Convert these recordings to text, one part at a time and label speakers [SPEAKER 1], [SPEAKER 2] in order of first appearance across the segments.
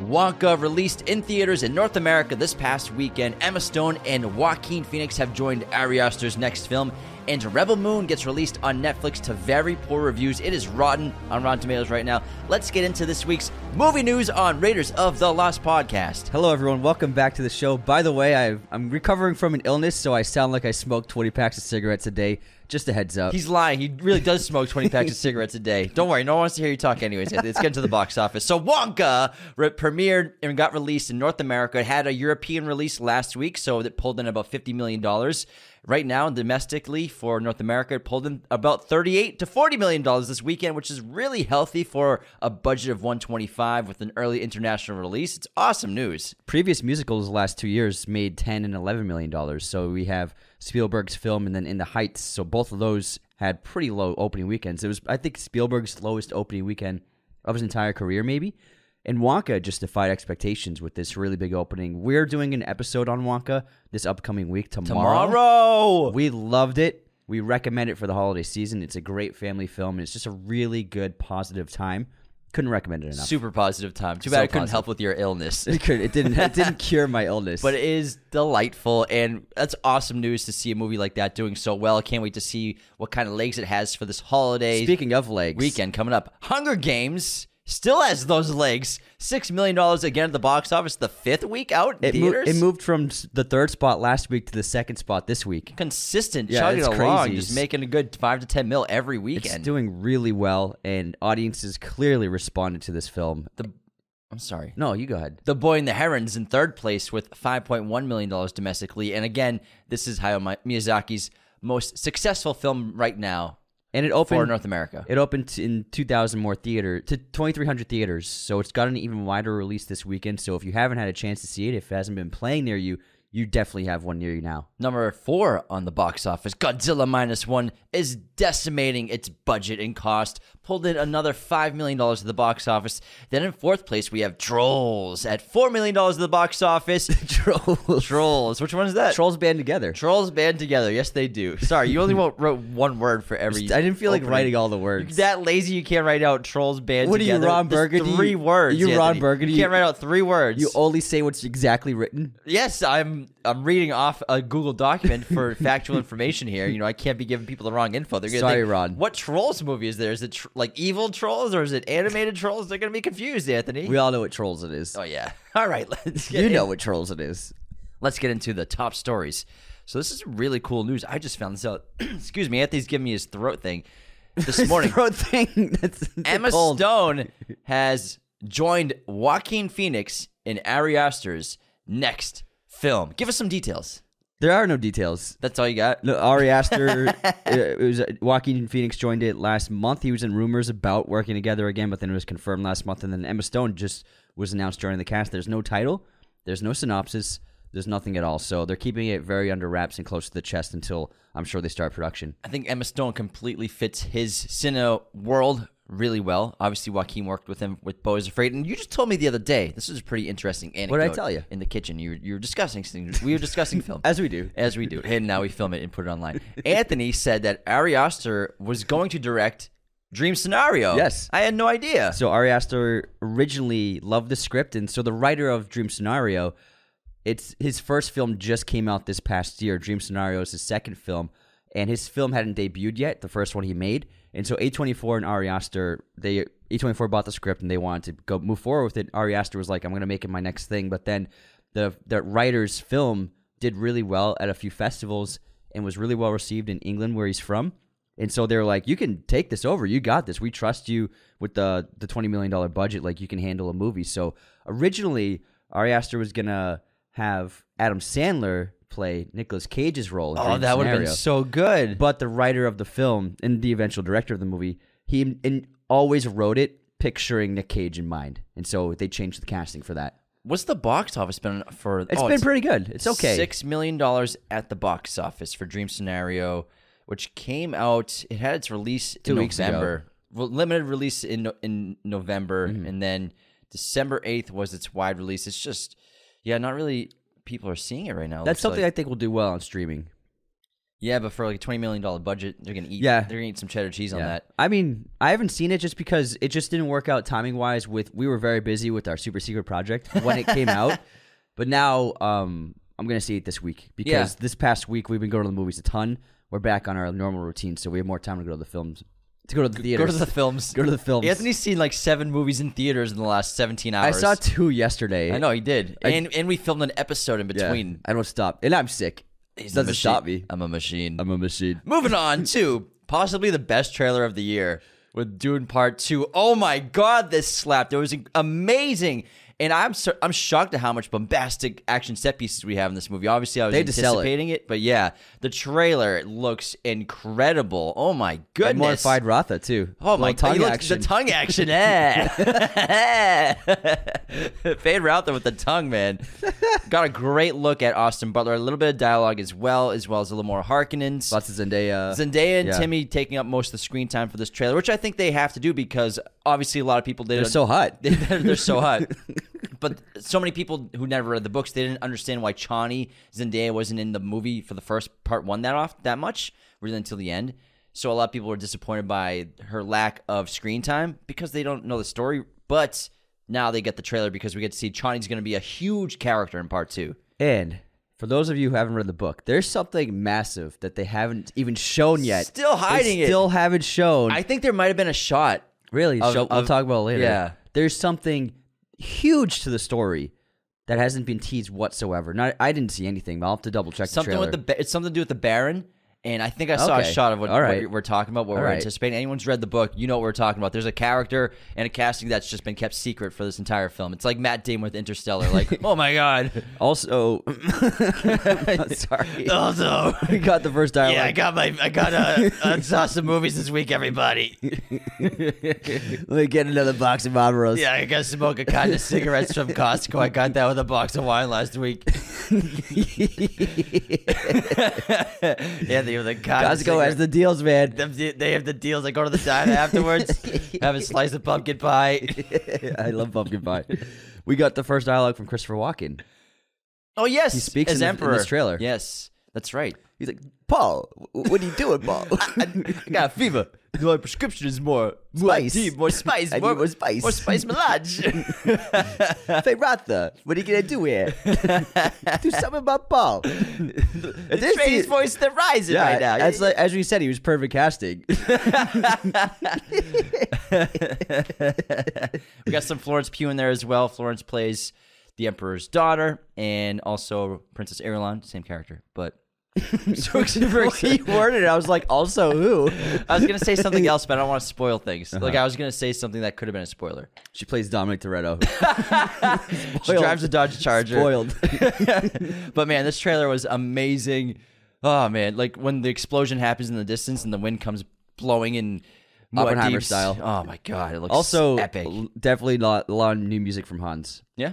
[SPEAKER 1] Wonka, released in theaters in North America this past weekend. Emma Stone and Joaquin Phoenix have joined Ari Aster's next film, and Rebel Moon gets released on Netflix to very poor reviews. It is rotten on Rotten Tomatoes right now. Let's get into this week's movie news on Raiders of the Lost podcast.
[SPEAKER 2] Hello, everyone. Welcome back to the show. By the way, I, I'm recovering from an illness, so I sound like I smoked 20 packs of cigarettes a day. Just a heads up.
[SPEAKER 1] He's lying. He really does smoke 20 packs of cigarettes a day. Don't worry. No one wants to hear you talk, anyways. Let's get into the box office. So, Wonka re- premiered and got released in North America. It had a European release last week, so it pulled in about $50 million. Right now, domestically for North America, it pulled in about 38 to $40 million this weekend, which is really healthy for a budget of 125 with an early international release. It's awesome news.
[SPEAKER 2] Previous musicals the last two years made 10 and 11 million dollars. So we have Spielberg's film and then In the Heights. So both of those had pretty low opening weekends. It was, I think, Spielberg's lowest opening weekend of his entire career, maybe. And Wonka just defied expectations with this really big opening. We're doing an episode on Wonka this upcoming week
[SPEAKER 1] Tomorrow!
[SPEAKER 2] We loved it. We recommend it for the holiday season. It's a great family film, and it's just a really good, positive time. Couldn't recommend it enough.
[SPEAKER 1] Super positive time. Too bad
[SPEAKER 2] So
[SPEAKER 1] I couldn't
[SPEAKER 2] positive.
[SPEAKER 1] help with your illness.
[SPEAKER 2] It, could, it didn't. It didn't cure my illness.
[SPEAKER 1] but it is delightful and that's awesome news to see a movie like that doing so well can't wait to see what kind of legs it has for this holiday
[SPEAKER 2] speaking of legs,
[SPEAKER 1] weekend coming up hunger games still has those legs six million dollars again at the box office the fifth week out in
[SPEAKER 2] It, mo-
[SPEAKER 1] theaters
[SPEAKER 2] it moved from s- the third spot last week to the second spot this week.
[SPEAKER 1] consistent
[SPEAKER 2] Yeah,
[SPEAKER 1] chugging
[SPEAKER 2] it's
[SPEAKER 1] along
[SPEAKER 2] crazy.
[SPEAKER 1] just making a good five to ten mil every
[SPEAKER 2] It's
[SPEAKER 1] weekend
[SPEAKER 2] doing really well, and audiences clearly responded to this film.
[SPEAKER 1] the, i'm sorry
[SPEAKER 2] No, you go ahead.
[SPEAKER 1] The Boy and the Herons in third place with $5.1 million domestically. And again, this is Hayao Mi- Miyazaki's most successful film right now
[SPEAKER 2] And it
[SPEAKER 1] for
[SPEAKER 2] opened.
[SPEAKER 1] North America.
[SPEAKER 2] It opened t- in 2,000 more theater to 2,300 theaters, so it's got an even wider release this weekend. So if you haven't had a chance to see it, if it hasn't been playing near you, you definitely have one near you now.
[SPEAKER 1] Number four on the box office, Godzilla Minus One is decimating its budget and cost, pulled in another $5 million to the box office. Then in fourth place, we have Trolls at $4 million to the box office. Trolls. Trolls. Which one is that?
[SPEAKER 2] Trolls band together.
[SPEAKER 1] Trolls band together. Yes, they do. Sorry, you only wo- wrote one word for every.
[SPEAKER 2] I didn't feel like
[SPEAKER 1] opening.
[SPEAKER 2] writing all the words.
[SPEAKER 1] That lazy, you can't write out trolls band.
[SPEAKER 2] What are you,
[SPEAKER 1] together.
[SPEAKER 2] Ron
[SPEAKER 1] There's
[SPEAKER 2] Burgundy?
[SPEAKER 1] Three words.
[SPEAKER 2] You Ron
[SPEAKER 1] Anthony.
[SPEAKER 2] Burgundy?
[SPEAKER 1] You can't write out three words.
[SPEAKER 2] you only say what's exactly written.
[SPEAKER 1] yes, I'm. I'm reading off a Google document for factual information here. You know, I can't be giving people the wrong info. They're gonna
[SPEAKER 2] Sorry,
[SPEAKER 1] think,
[SPEAKER 2] Ron.
[SPEAKER 1] What trolls movie is there? Is it tr- like evil trolls or is it animated trolls? They're gonna be confused, Anthony.
[SPEAKER 2] We all know what trolls it is.
[SPEAKER 1] oh yeah. All right. Let's get
[SPEAKER 2] you
[SPEAKER 1] in-
[SPEAKER 2] know what trolls it is.
[SPEAKER 1] let's get into the top stories. So this is really cool news. I just found this out. Excuse me, Anthony's giving me his throat thing this morning.
[SPEAKER 2] Throat thing. That's, that's a
[SPEAKER 1] Emma
[SPEAKER 2] cold.
[SPEAKER 1] Stone has joined Joaquin Phoenix in Ari Aster's next film. Give us some details.
[SPEAKER 2] There are no details.
[SPEAKER 1] That's all you got.
[SPEAKER 2] No, Ari Aster, uh, it was uh, Joaquin Phoenix joined it last month. He was in rumors about working together again, but then it was confirmed last month. And then Emma Stone just was announced joining the cast. There's no title, there's no synopsis, there's nothing at all. So they're keeping it very under wraps and close to the chest until I'm sure they start production.
[SPEAKER 1] I think Emma Stone completely fits his cinema world really well. Obviously, Joaquin worked with him with Bo is Afraid, and you just told me the other day. This is a pretty interesting anecdote.
[SPEAKER 2] did I tell you?
[SPEAKER 1] In the kitchen, you were, you were discussing things. We were discussing film.
[SPEAKER 2] As we do.
[SPEAKER 1] As we do. And now we film it and put it online. Anthony said that Ari Aster was going to direct Dream Scenario.
[SPEAKER 2] Yes.
[SPEAKER 1] I had no idea.
[SPEAKER 2] So Ari Aster originally loved the script, and so the writer of Dream Scenario, it's his first film just came out this past year. Dream Scenario is his second film, and his film hadn't debuted yet, the first one he made. And so A24 and Ari Aster, they A24 bought the script and they wanted to go move forward with it. Ari Aster was like, "I'm going to make it my next thing," but then the the writer's film did really well at a few festivals and was really well received in England where he's from. And so they're like, you can take this over. You got this. We trust you with the the twenty million dollar budget. Like you can handle a movie. So originally, Ari Aster was gonna have Adam Sandler play Nicolas Cage's role. In
[SPEAKER 1] Oh,
[SPEAKER 2] Dream
[SPEAKER 1] that would have
[SPEAKER 2] Scenario.
[SPEAKER 1] been so good.
[SPEAKER 2] But the writer of the film and the eventual director of the movie, he and always wrote it picturing Nick Cage in mind. And so they changed the casting for that.
[SPEAKER 1] What's the box office been for?
[SPEAKER 2] It's
[SPEAKER 1] oh,
[SPEAKER 2] been pretty good. It's okay.
[SPEAKER 1] Six million dollars at the box office for Dream Scenario, which came out. It had its release
[SPEAKER 2] Two
[SPEAKER 1] in
[SPEAKER 2] weeks ago.
[SPEAKER 1] November. Well, limited release in No- in November,
[SPEAKER 2] Mm-hmm.
[SPEAKER 1] and then December eighth was its wide release. It's just, yeah, not really. People are seeing it right now. it
[SPEAKER 2] That's
[SPEAKER 1] looks
[SPEAKER 2] something I think will do well on streaming.
[SPEAKER 1] Yeah, but for like a twenty million dollar budget, they're gonna eat.
[SPEAKER 2] Yeah.
[SPEAKER 1] they're gonna eat some cheddar cheese on
[SPEAKER 2] Yeah.
[SPEAKER 1] that.
[SPEAKER 2] I mean, I haven't seen it just because it just didn't work out timing wise. With we were very busy with our super secret project when it came out, but now um, I'm gonna see it this week because
[SPEAKER 1] Yeah.
[SPEAKER 2] this past week we've been going to the movies a ton. We're back on our normal routine, so we have more time to go to the films, to go to the
[SPEAKER 1] Go
[SPEAKER 2] theaters,
[SPEAKER 1] to the films.
[SPEAKER 2] Go to the films.
[SPEAKER 1] Anthony's seen like seven movies in theaters in the last seventeen
[SPEAKER 2] I
[SPEAKER 1] hours.
[SPEAKER 2] saw two yesterday.
[SPEAKER 1] I know he did,
[SPEAKER 2] I-
[SPEAKER 1] and and we filmed an episode in
[SPEAKER 2] Yeah.
[SPEAKER 1] between.
[SPEAKER 2] I don't stop, and I'm sick. It
[SPEAKER 1] a
[SPEAKER 2] doesn't
[SPEAKER 1] machine.
[SPEAKER 2] stop me.
[SPEAKER 1] I'm a machine.
[SPEAKER 2] I'm a machine.
[SPEAKER 1] Moving on to possibly the best trailer of the year with Dune Part Two. Oh my God, this slapped! It was amazing, and I'm so, I'm shocked at how much bombastic action set pieces we have in this movie. Obviously, I was
[SPEAKER 2] They had to sell it.
[SPEAKER 1] anticipating it. but yeah, the trailer looks incredible. Oh my goodness!
[SPEAKER 2] And mortified Ratha too.
[SPEAKER 1] Oh my
[SPEAKER 2] Little tongue
[SPEAKER 1] god! look,
[SPEAKER 2] action.
[SPEAKER 1] The tongue action, eh? Fade Routher with the tongue, man. Got a great look at Austin Butler. A little bit of dialogue as well, as well as a little more Harkonnens.
[SPEAKER 2] Lots of Zendaya.
[SPEAKER 1] Zendaya and
[SPEAKER 2] yeah.
[SPEAKER 1] Timmy taking up most of the screen time for this trailer, which I think they have to do because obviously a lot of people did.
[SPEAKER 2] They're so hot.
[SPEAKER 1] They, they're, they're so hot. But so many people who never read the books, they didn't understand why Chani Zendaya wasn't in the movie for the first part one that off that much, really until the end. So a lot of people were disappointed by her lack of screen time because they don't know the story. But now they get the trailer because we get to see Chani's going to be a huge character in part two.
[SPEAKER 2] And for those of you who haven't read the book, there's something massive that they haven't even shown yet.
[SPEAKER 1] Still
[SPEAKER 2] They
[SPEAKER 1] hiding it.
[SPEAKER 2] Still haven't shown.
[SPEAKER 1] I think there might have been a shot.
[SPEAKER 2] really,
[SPEAKER 1] of-
[SPEAKER 2] show, we'll
[SPEAKER 1] of-
[SPEAKER 2] talk about it later.
[SPEAKER 1] yeah.
[SPEAKER 2] There's something huge to the story that hasn't been teased whatsoever. Not, I didn't see anything, but I'll have to double check
[SPEAKER 1] something
[SPEAKER 2] the trailer.
[SPEAKER 1] with the ba- it's something to do with the Baron. And I think I saw
[SPEAKER 2] Okay.
[SPEAKER 1] a shot of what,
[SPEAKER 2] All right.
[SPEAKER 1] what we're talking about, what we're
[SPEAKER 2] right.
[SPEAKER 1] anticipating. Anyone's read the book, you know what we're talking about. There's a character and a casting that's just been kept secret for this entire film. It's like Matt Damon with Interstellar. Like, oh my god.
[SPEAKER 2] also, sorry.
[SPEAKER 1] Also,
[SPEAKER 2] We got the first dialogue.
[SPEAKER 1] got my, I got a, I saw some movies this week, everybody.
[SPEAKER 2] Let me get another box of Monroe's.
[SPEAKER 1] I got to smoke a kind of cigarettes from Costco. I got that with a box of wine last week. yeah, they were the
[SPEAKER 2] Costco has the deals, man.
[SPEAKER 1] Them- They have the deals. I go to the diner afterwards, have a slice of pumpkin pie.
[SPEAKER 2] I love pumpkin pie. We got the first dialogue from Christopher Walken.
[SPEAKER 1] Oh yes,
[SPEAKER 2] He speaks
[SPEAKER 1] as
[SPEAKER 2] in the- in
[SPEAKER 1] emperor.
[SPEAKER 2] this trailer.
[SPEAKER 1] Yes, that's right.
[SPEAKER 2] He's like, Paul, w- what are you doing, Paul?
[SPEAKER 1] I got a fever. My prescription is more more
[SPEAKER 2] Spice.
[SPEAKER 1] tea, more spice,
[SPEAKER 2] I need
[SPEAKER 1] more,
[SPEAKER 2] more spice.
[SPEAKER 1] more spice melange.
[SPEAKER 2] Hey, Ratha, what are you gonna do here? do something about Paul.
[SPEAKER 1] the train's voice they're rising right now.
[SPEAKER 2] As, like, as we said, he was perfect casting.
[SPEAKER 1] we got some Florence Pugh in there as well. Florence plays the emperor's daughter and also Princess Irulan, same character, but. so super
[SPEAKER 2] he worded it. I was like, also who?
[SPEAKER 1] I was gonna say something else, but I don't want to spoil things. Like I was gonna say something that could have been a spoiler.
[SPEAKER 2] She plays Dominic Toretto.
[SPEAKER 1] She
[SPEAKER 2] Spoiled.
[SPEAKER 1] drives a Dodge Charger.
[SPEAKER 2] Spoiled.
[SPEAKER 1] but man, this trailer was amazing. Oh man, like when the explosion happens in the distance and the wind comes blowing in
[SPEAKER 2] Oppenheimer
[SPEAKER 1] Muad'Dib's-
[SPEAKER 2] style.
[SPEAKER 1] Oh my god, it looks
[SPEAKER 2] also,
[SPEAKER 1] epic.
[SPEAKER 2] l- definitely not a lot of new music from Hans.
[SPEAKER 1] Yeah.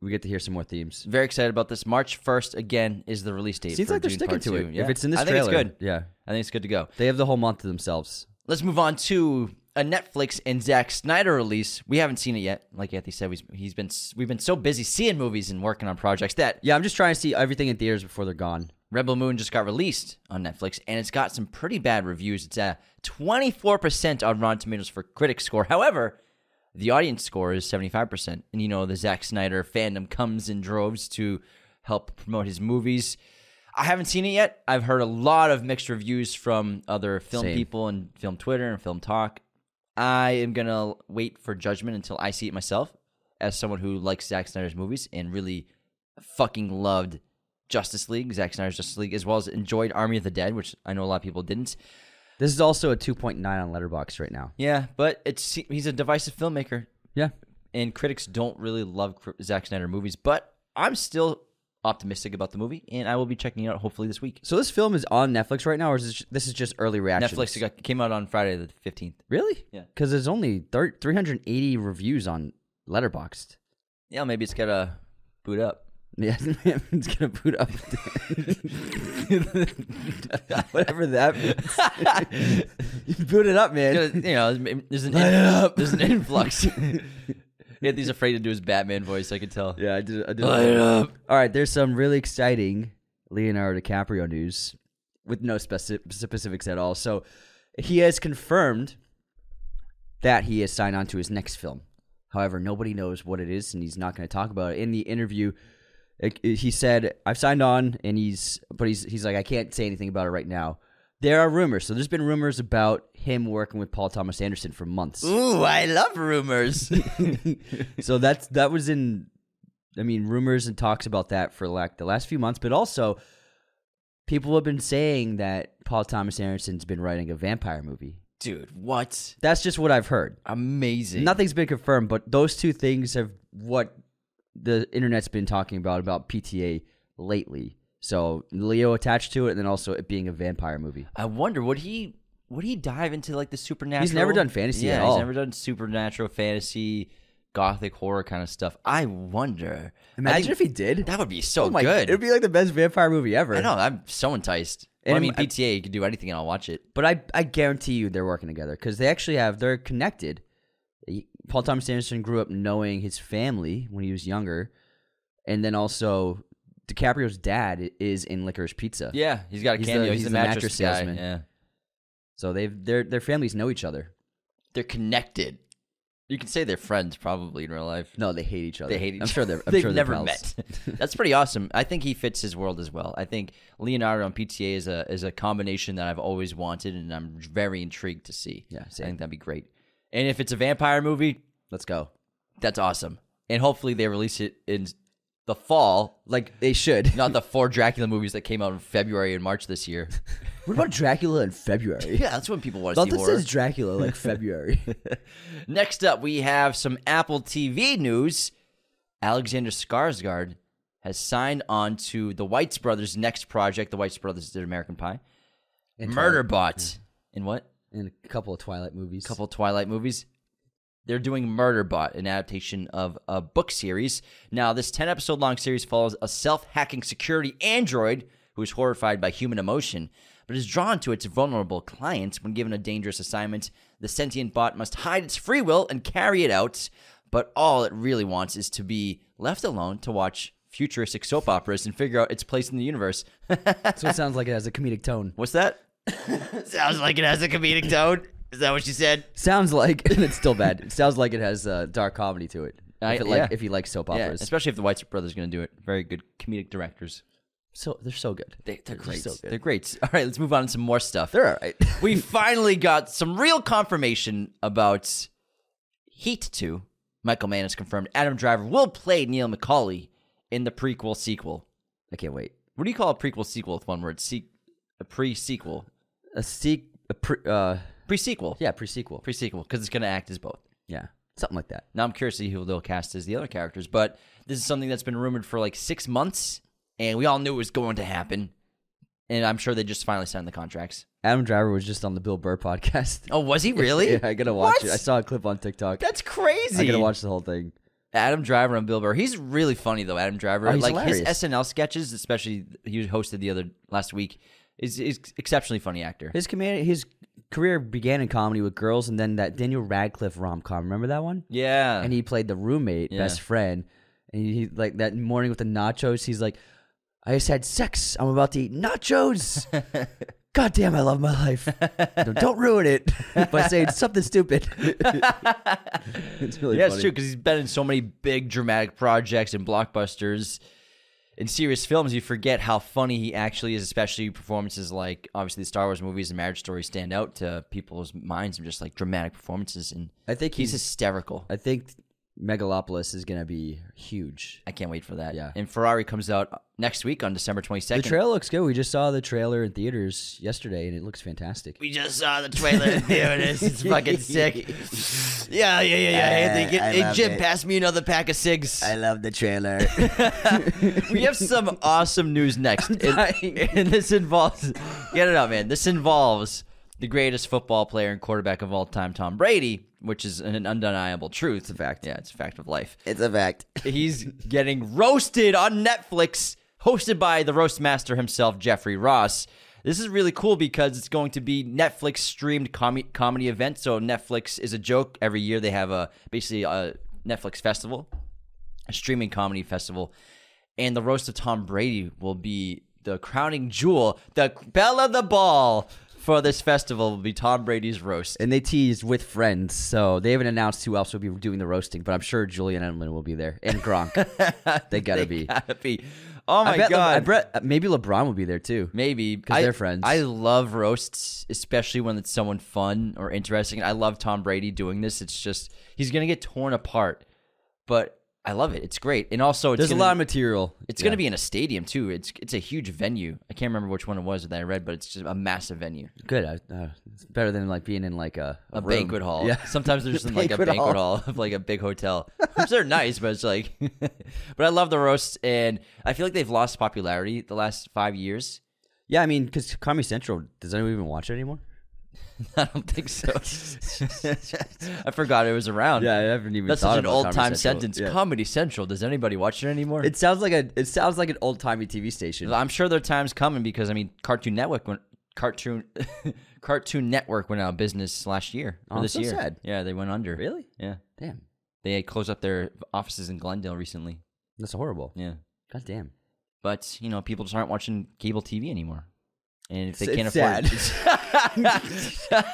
[SPEAKER 2] We get to hear some more themes.
[SPEAKER 1] Very excited about this. March first again is the release date.
[SPEAKER 2] Seems
[SPEAKER 1] for
[SPEAKER 2] like they're
[SPEAKER 1] Dune
[SPEAKER 2] sticking
[SPEAKER 1] Part
[SPEAKER 2] to
[SPEAKER 1] Two.
[SPEAKER 2] it.
[SPEAKER 1] Yeah.
[SPEAKER 2] If it's in this
[SPEAKER 1] I think
[SPEAKER 2] trailer,
[SPEAKER 1] it's good.
[SPEAKER 2] yeah,
[SPEAKER 1] I think it's good to go.
[SPEAKER 2] they have the whole month to themselves.
[SPEAKER 1] Let's move on to a Netflix and Zack Snyder release. We haven't seen it yet. Like Anthony said, we've, he's been s- we've been so busy seeing movies and working on projects that
[SPEAKER 2] Yeah, I'm just trying to see everything in theaters before they're gone.
[SPEAKER 1] Rebel Moon just got released on Netflix, and it's got some pretty bad reviews. It's at 24% on Rotten Tomatoes for critic score. However, the audience score is 75%. And you know, the Zack Snyder fandom comes in droves to help promote his movies. I haven't seen it yet. I've heard a lot of mixed reviews from other film
[SPEAKER 2] Same.
[SPEAKER 1] people and film Twitter and film talk. I am gonna wait for judgment until I see it myself, as someone who likes Zack Snyder's movies and really fucking loved Justice League, Zack Snyder's Justice League, as well as enjoyed Army of the Dead, which I know a lot of people didn't.
[SPEAKER 2] This is also a 2.9 on Letterbox right now.
[SPEAKER 1] Yeah, but it's he's a divisive filmmaker,
[SPEAKER 2] Yeah.
[SPEAKER 1] and critics don't really love Cr- Zack Snyder movies. But I'm still optimistic about the movie, and I will be checking it out hopefully this week.
[SPEAKER 2] So this film is on Netflix right now, or is this, this is just early reaction?
[SPEAKER 1] Netflix it got, came out on Friday the fifteenth.
[SPEAKER 2] Really?
[SPEAKER 1] Yeah.
[SPEAKER 2] Because there's only thir- 380 reviews on Letterboxd.
[SPEAKER 1] Yeah, maybe it's gotta boot up.
[SPEAKER 2] Yeah, it's gonna boot up. Whatever that means. you boot it up, man.
[SPEAKER 1] Gotta- you know, there's an in, there's an influx. Anthony's afraid to do his Batman voice. I can tell.
[SPEAKER 2] Yeah, I did. I did. Light up. All right, there's some really exciting Leonardo DiCaprio news with no speci- specifics at all. So he has confirmed that he has signed on to his next film. However, nobody knows what it is, and he's not going to talk about it. In the interview, it- it- he said, "I've signed on," and he's but he's he's like, "I can't say anything about it right now." There are rumors. So there's been rumors about him working with Paul Thomas Anderson for months.
[SPEAKER 1] Ooh, I love rumors.
[SPEAKER 2] so that's that was in I mean rumors and talks about that for like the last few months, but also people have been saying that Paul Thomas Anderson's been writing a vampire movie.
[SPEAKER 1] Dude, what?
[SPEAKER 2] That's just what I've heard.
[SPEAKER 1] Amazing.
[SPEAKER 2] Nothing's been confirmed, but those two things have what the internet's been talking about about PTA lately. So Leo attached to it, and then also it being a vampire movie.
[SPEAKER 1] I wonder would he would he dive into like the supernatural?
[SPEAKER 2] He's never done fantasy
[SPEAKER 1] Yeah,
[SPEAKER 2] at
[SPEAKER 1] he's
[SPEAKER 2] all.
[SPEAKER 1] never done supernatural fantasy, gothic horror kind of stuff. I wonder.
[SPEAKER 2] Imagine if he did.
[SPEAKER 1] That would be so
[SPEAKER 2] Oh my-
[SPEAKER 1] good.
[SPEAKER 2] It would be like the best vampire movie ever.
[SPEAKER 1] I know. I'm so enticed.
[SPEAKER 2] And
[SPEAKER 1] Well, I mean,
[SPEAKER 2] I-
[SPEAKER 1] PTA, you can do anything, and I'll watch it.
[SPEAKER 2] But I, I guarantee you they're working together because they actually have, they're connected. He- Paul Thomas Anderson grew up knowing his family when he was younger. And then also, DiCaprio's dad i- is in Licorice Pizza.
[SPEAKER 1] Yeah, he's got a
[SPEAKER 2] He's the-
[SPEAKER 1] cameo.
[SPEAKER 2] he's
[SPEAKER 1] he's a
[SPEAKER 2] the
[SPEAKER 1] mattress,
[SPEAKER 2] mattress
[SPEAKER 1] guy.
[SPEAKER 2] salesman.
[SPEAKER 1] Yeah,
[SPEAKER 2] So they've, their, their families know each other.
[SPEAKER 1] they're connected. You can say they're friends probably in real life.
[SPEAKER 2] No, they hate each other.
[SPEAKER 1] They hate each
[SPEAKER 2] I'm sure they're, I'm
[SPEAKER 1] they've
[SPEAKER 2] sure they're
[SPEAKER 1] never
[SPEAKER 2] pals.
[SPEAKER 1] met. That's pretty awesome. I think he fits his world as well. I think Leonardo and PTA is a is a combination that I've always wanted, and I'm very intrigued to see.
[SPEAKER 2] Yeah,
[SPEAKER 1] I
[SPEAKER 2] same.
[SPEAKER 1] think that'd be great. And if it's a vampire movie,
[SPEAKER 2] Let's go.
[SPEAKER 1] that's awesome. And hopefully they release it in the fall,
[SPEAKER 2] Like, they should.
[SPEAKER 1] not the four Dracula movies that came out in February and March this year.
[SPEAKER 2] what about Dracula in February?
[SPEAKER 1] yeah, that's when people want to see
[SPEAKER 2] Nothing
[SPEAKER 1] horror.
[SPEAKER 2] says Dracula like February.
[SPEAKER 1] Next up, we have some Apple TV news. Alexander Skarsgård has signed on to the Whites Brothers' next project. The Whites Brothers did American Pie,
[SPEAKER 2] And
[SPEAKER 1] Murderbot, and what?
[SPEAKER 2] Twilight- And a couple of Twilight movies.
[SPEAKER 1] A couple Twilight movies. They're doing Murderbot, an adaptation of a book series. Now, this 10 episode long series follows a self hacking security android who is horrified by human emotion, but is drawn to its vulnerable clients when given a dangerous assignment. The sentient bot must hide its free will and carry it out, but all it really wants is to be left alone to watch futuristic soap operas and figure out its place in the universe.
[SPEAKER 2] So it sounds like it has a comedic tone.
[SPEAKER 1] What's that? Sounds like it has a comedic tone. Is that what she said?
[SPEAKER 2] Sounds like and it's still bad. It sounds like it has uh, dark comedy to it.
[SPEAKER 1] I-
[SPEAKER 2] If, it like,
[SPEAKER 1] yeah.
[SPEAKER 2] if you like soap
[SPEAKER 1] Yeah,
[SPEAKER 2] operas,
[SPEAKER 1] especially if the White Brothers are going to do it. Very good comedic directors.
[SPEAKER 2] so they're so good.
[SPEAKER 1] They, they're great.
[SPEAKER 2] so good.
[SPEAKER 1] they're great. All right, let's move on to some more stuff.
[SPEAKER 2] They're all right.
[SPEAKER 1] we finally got some real confirmation about Heat 2. Michael Mann has confirmed Adam Driver will play Neil McCauley in the prequel sequel.
[SPEAKER 2] I can't wait.
[SPEAKER 1] What do you call a prequel sequel with one word? Se- a pre sequel.
[SPEAKER 2] A sequ, a pre, uh,
[SPEAKER 1] Pre sequel.
[SPEAKER 2] yeah, pre sequel.
[SPEAKER 1] Pre sequel, because it's going to act as both.
[SPEAKER 2] yeah, something like that.
[SPEAKER 1] Now I'm curious to see who they'll cast as the other characters, but this is something that's been rumored for like six months, and we all knew it was going to happen. And I'm sure they just finally signed the contracts.
[SPEAKER 2] Adam Driver was just on the Bill Burr podcast.
[SPEAKER 1] Oh, was he really?
[SPEAKER 2] yeah, I gotta watch
[SPEAKER 1] What?
[SPEAKER 2] it. I saw a clip on TikTok.
[SPEAKER 1] That's crazy.
[SPEAKER 2] I gotta watch the whole thing.
[SPEAKER 1] Adam Driver on Bill Burr. He's really funny though. Adam Driver,
[SPEAKER 2] Oh, he's
[SPEAKER 1] like
[SPEAKER 2] hilarious.
[SPEAKER 1] his SNL sketches, especially he hosted the other last week, is, is exceptionally funny actor.
[SPEAKER 2] His command, his career began in comedy with girls, and then that Daniel Radcliffe rom com. Remember that one?
[SPEAKER 1] yeah,
[SPEAKER 2] and he played the roommate,
[SPEAKER 1] Yeah.
[SPEAKER 2] best friend. And he like that morning with the nachos, he's like, "I just had sex. I'm about to eat nachos. God damn, I love my life. No, don't ruin it by saying something stupid." it's really
[SPEAKER 1] yeah,
[SPEAKER 2] funny.
[SPEAKER 1] it's true because he's been in so many big dramatic projects and blockbusters. in serious films, you forget how funny he actually is, especially performances like obviously the Star Wars movies and Marriage Story stand out to people's minds of just like dramatic performances. And
[SPEAKER 2] I think
[SPEAKER 1] he's
[SPEAKER 2] he's.
[SPEAKER 1] hysterical.
[SPEAKER 2] I think Megalopolis is gonna be huge.
[SPEAKER 1] I can't wait for that.
[SPEAKER 2] Yeah.
[SPEAKER 1] And Ferrari comes out next week on December 22nd.
[SPEAKER 2] The trail looks good. We just saw the trailer in theaters yesterday, and it looks fantastic.
[SPEAKER 1] We just saw the trailer in theaters. It's fucking sick. Yeah, yeah, yeah, yeah. Anthony, get,
[SPEAKER 2] I
[SPEAKER 1] hey,
[SPEAKER 2] love
[SPEAKER 1] Jim,
[SPEAKER 2] it.
[SPEAKER 1] pass me another pack of cigs.
[SPEAKER 2] love the trailer.
[SPEAKER 1] we have some awesome news next. And,
[SPEAKER 2] dying.
[SPEAKER 1] and this involves get it out, man. This involves the greatest football player and quarterback of all time, Tom Brady, which is an undeniable truth. It's a fact. Yeah, it's a fact of life.
[SPEAKER 2] it's a fact.
[SPEAKER 1] He's getting roasted on Netflix, hosted by the roast master himself, Jeffrey Ross. This is really cool because it's going to be Netflix streamed com- comedy event. So Netflix is a joke. Every year they have a basically a Netflix festival, a streaming comedy festival, and the roast of Tom Brady will be the crowning jewel, the bell of the ball for this festival. Will be Tom Brady's roast.
[SPEAKER 2] And they teased with friends, so they haven't announced who else will be doing the roasting. But I'm sure Julian Edelman will be there, and Gronk. they gotta be.
[SPEAKER 1] Happy. Oh my
[SPEAKER 2] I bet. Le-
[SPEAKER 1] god!
[SPEAKER 2] I bet uh, maybe LeBron will be there too.
[SPEAKER 1] Maybe because
[SPEAKER 2] they're friends.
[SPEAKER 1] I love roasts, especially when it's someone fun or interesting. I love Tom Brady doing this. It's just he's gonna get torn apart, but I love it. It's great, and also Oh, it's
[SPEAKER 2] There's
[SPEAKER 1] gonna,
[SPEAKER 2] a lot of material.
[SPEAKER 1] It's gonna be in a stadium too. It's it's a huge venue. I can't remember which one it was that I read, but it's just a massive venue,
[SPEAKER 2] good. I, uh, it's better than like being in like a
[SPEAKER 1] a,
[SPEAKER 2] room.
[SPEAKER 1] banquet hall.
[SPEAKER 2] Yeah.
[SPEAKER 1] Sometimes there's just like a
[SPEAKER 2] Banquet
[SPEAKER 1] banquet hall.
[SPEAKER 2] hall.
[SPEAKER 1] of like a big hotel. Which they're nice, but it's like, but I love the roasts, and I feel like they've lost popularity the last five years.
[SPEAKER 2] Yeah, I mean, because Comedy Central does anyone even watch it anymore?
[SPEAKER 1] I don't think so. I forgot it was around.
[SPEAKER 2] Yeah, I haven't even.
[SPEAKER 1] That's
[SPEAKER 2] thought
[SPEAKER 1] such an
[SPEAKER 2] about
[SPEAKER 1] old
[SPEAKER 2] Comedy
[SPEAKER 1] time
[SPEAKER 2] Central.
[SPEAKER 1] sentence.
[SPEAKER 2] Yeah.
[SPEAKER 1] Comedy Central. Does anybody watch it anymore?
[SPEAKER 2] It sounds like a it sounds like an old timey TV station.
[SPEAKER 1] I'm sure their time's coming because I mean, Cartoon Network went Cartoon Cartoon Network went out of business last year or
[SPEAKER 2] Oh,
[SPEAKER 1] this
[SPEAKER 2] so
[SPEAKER 1] year.
[SPEAKER 2] sad.
[SPEAKER 1] Yeah, they went under.
[SPEAKER 2] Really?
[SPEAKER 1] Yeah,
[SPEAKER 2] Damn,
[SPEAKER 1] they closed up their offices in Glendale recently.
[SPEAKER 2] that's horrible.
[SPEAKER 1] Yeah,
[SPEAKER 2] God damn.
[SPEAKER 1] but you know, people just aren't watching cable TV anymore. And if they
[SPEAKER 2] It's-
[SPEAKER 1] can't
[SPEAKER 2] it's
[SPEAKER 1] afford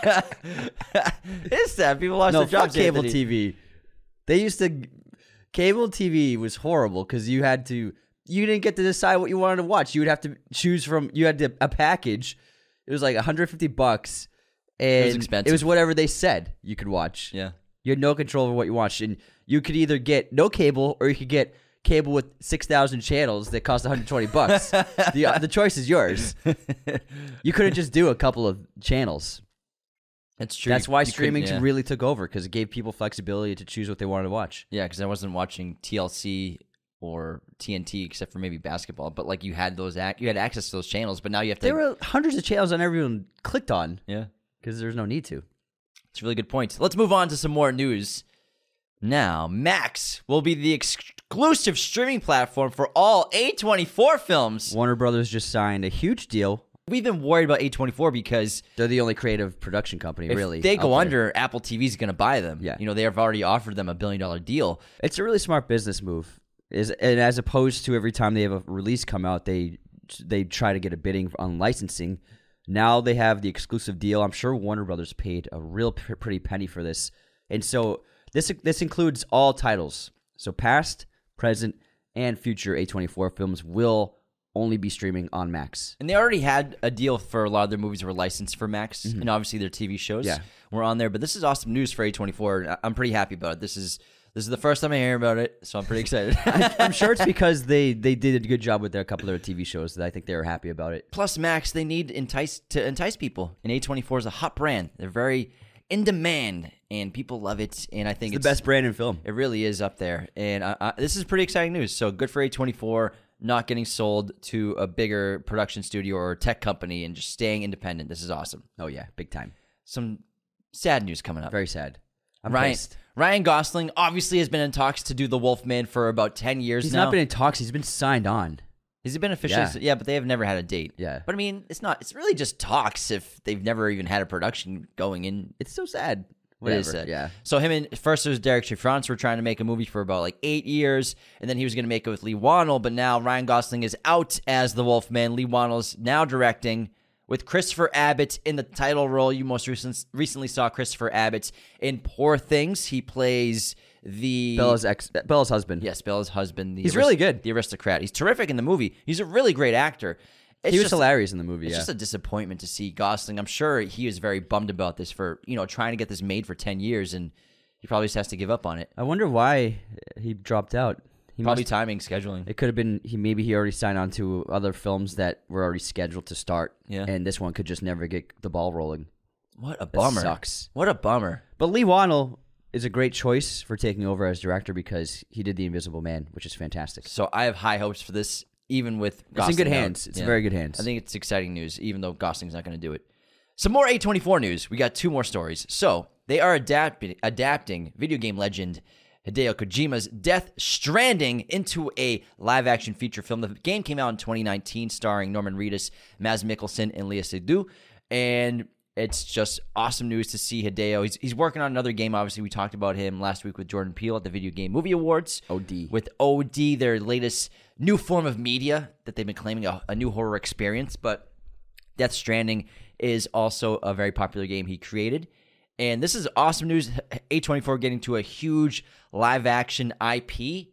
[SPEAKER 1] it's sad. People lost
[SPEAKER 2] no,
[SPEAKER 1] their jobs.
[SPEAKER 2] fuck cable
[SPEAKER 1] Anthony.
[SPEAKER 2] TV. They used to cable TV was horrible because you had to you didn't get to decide what you wanted to watch. You would have to choose from you had to, a package. It was like 150 bucks, and
[SPEAKER 1] expensive.
[SPEAKER 2] whatever they said you could watch.
[SPEAKER 1] Yeah.
[SPEAKER 2] you had no control over what you watched, and you could either get no cable or you could get cable with 6,000 channels that cost 120 bucks. the the choice is yours. You couldn't just do a couple of channels.
[SPEAKER 1] That's true.
[SPEAKER 2] That's why
[SPEAKER 1] You couldn't-
[SPEAKER 2] streaming
[SPEAKER 1] yeah.
[SPEAKER 2] really took over because it gave people flexibility to choose what they wanted to watch.
[SPEAKER 1] Yeah, because I wasn't watching TLC or TNT except for maybe basketball. But like you had those, ac- you had access to those channels. But now you have to.
[SPEAKER 2] There were hundreds of channels on everyone clicked on
[SPEAKER 1] yeah,
[SPEAKER 2] because there's no need to.
[SPEAKER 1] it's a really good point. Let's move on to some more news. Now, Max will be the exclusive streaming platform for all A24 films.
[SPEAKER 2] Warner Brothers just signed a huge deal.
[SPEAKER 1] We've been worried about A24 because
[SPEAKER 2] They're the only creative production company
[SPEAKER 1] if
[SPEAKER 2] really.
[SPEAKER 1] they
[SPEAKER 2] out
[SPEAKER 1] go
[SPEAKER 2] there.
[SPEAKER 1] under, Apple TV's going to buy them.
[SPEAKER 2] Yeah.
[SPEAKER 1] you know they have already offered them a billion dollar deal.
[SPEAKER 2] It's a really smart business move. Is and as opposed to every time they have a release come out, they they try to get a bidding on licensing. Now they have the exclusive deal. I'm sure Warner Brothers paid a real pr- pretty penny for this, and so this this includes all titles. So past, present, and future A24 films will only be streaming on Max.
[SPEAKER 1] And they already had a deal for a lot of their movies that were licensed for Max, and obviously their TV shows
[SPEAKER 2] Mm-hmm. Yeah.
[SPEAKER 1] were on there. But this is awesome news for A24. and I- I'm pretty happy about it. This is this is the first time I hear about it, so I'm pretty excited.
[SPEAKER 2] I'm sure it's because they they did a good job with their couple of their TV shows that I think they were happy about it.
[SPEAKER 1] Plus, Max they need entice to entice people, and A24 is a hot brand. They're very in demand, and people love it. And I think
[SPEAKER 2] It's the best brand in film.
[SPEAKER 1] It really is up there, and I, I, this is pretty exciting news. So good for A24 not getting sold to a bigger production studio or tech company and just staying independent. This is awesome.
[SPEAKER 2] Oh yeah, big time.
[SPEAKER 1] some sad news coming up.
[SPEAKER 2] Very sad. I'm
[SPEAKER 1] Ryan,
[SPEAKER 2] pissed.
[SPEAKER 1] Ryan Gosling obviously has been in talks to do the Wolfman for about ten years
[SPEAKER 2] He's
[SPEAKER 1] now.
[SPEAKER 2] not been in talks. He's been signed on.
[SPEAKER 1] Has he been officially?
[SPEAKER 2] Yeah.
[SPEAKER 1] Yeah. but they have never had a date.
[SPEAKER 2] Yeah.
[SPEAKER 1] but I mean, it's not. It's really just talks if they've never even had a production going in.
[SPEAKER 2] It's so sad.
[SPEAKER 1] It
[SPEAKER 2] Whatever.
[SPEAKER 1] is sad.
[SPEAKER 2] Yeah.
[SPEAKER 1] So him and first it was Derek Chaffrance were trying to make a movie for about like eight years, and then he was going to make it with Lee Wannell, but now Ryan Gosling is out as the Wolfman. Lee Wannell's now directing with Christopher Abbott in the title role. You most recent, recently saw Christopher Abbott in Poor Things. He plays the
[SPEAKER 2] Bella's ex, Bella's husband.
[SPEAKER 1] yes, Bella's husband. The
[SPEAKER 2] He's really good.
[SPEAKER 1] The aristocrat. He's terrific in the movie. He's a really great actor. It's
[SPEAKER 2] he was
[SPEAKER 1] just-
[SPEAKER 2] hilarious in the movie.
[SPEAKER 1] It's
[SPEAKER 2] yeah.
[SPEAKER 1] just a disappointment to see Gosling. I'm sure he is very bummed about this for you know trying to get this made for ten years, and he probably just has to give up on it.
[SPEAKER 2] I wonder why he dropped out. He
[SPEAKER 1] Probably
[SPEAKER 2] must-
[SPEAKER 1] timing, scheduling.
[SPEAKER 2] It could have been he maybe he already signed on to other films that were already scheduled to start.
[SPEAKER 1] Yeah.
[SPEAKER 2] And this one could just never get the ball rolling.
[SPEAKER 1] What a bummer.
[SPEAKER 2] sucks.
[SPEAKER 1] What a bummer.
[SPEAKER 2] But Lee Wannell is a great choice for taking over as director because he did The Invisible Man, which is fantastic.
[SPEAKER 1] So I have high hopes for this, even with
[SPEAKER 2] It's
[SPEAKER 1] Gosling.
[SPEAKER 2] in good
[SPEAKER 1] out.
[SPEAKER 2] hands. It's
[SPEAKER 1] Yeah.
[SPEAKER 2] very good hands.
[SPEAKER 1] I think it's exciting news, even though Gosling's not going to do it. Some more A24 news. We got two more stories. So they are adapting adapting video game legend Hideo Kojima's Death Stranding into a live action feature film. The game came out in 2019, starring Norman Reedus, Maz Mikkelsen, and Leah Seydoux. And it's just awesome news to see Hideo. He's, he's working on another game. Obviously, we talked about him last week with Jordan Peele at the Video Game Movie Awards.
[SPEAKER 2] OD.
[SPEAKER 1] With OD, their latest new form of media that they've been claiming a, a new horror experience. But Death Stranding is also a very popular game he created. And this is awesome news. A24 getting to a huge live action IP.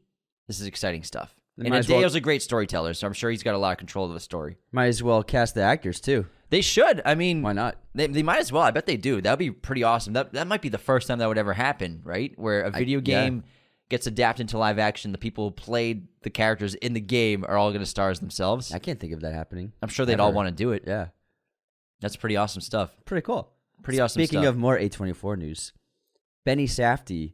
[SPEAKER 1] This is exciting stuff.
[SPEAKER 2] They
[SPEAKER 1] and
[SPEAKER 2] might as well-
[SPEAKER 1] Adeo's a great storyteller, so I'm sure he's got a lot of control of the story.
[SPEAKER 2] Might as well cast the actors too.
[SPEAKER 1] They should. I mean,
[SPEAKER 2] Why not?
[SPEAKER 1] They, they might as well. I bet they do. That would be pretty awesome. That that might be the first time that would ever happen, right? Where a video
[SPEAKER 2] yeah.
[SPEAKER 1] game gets adapted into live action. The people who played the characters in the game are all going to stars themselves.
[SPEAKER 2] I can't think of that happening.
[SPEAKER 1] I'm sure they'd all
[SPEAKER 2] Ever.
[SPEAKER 1] want to do it.
[SPEAKER 2] Yeah.
[SPEAKER 1] That's pretty awesome stuff.
[SPEAKER 2] Pretty cool.
[SPEAKER 1] Pretty awesome
[SPEAKER 2] Speaking
[SPEAKER 1] stuff.
[SPEAKER 2] of more A24 news, Benny Safdie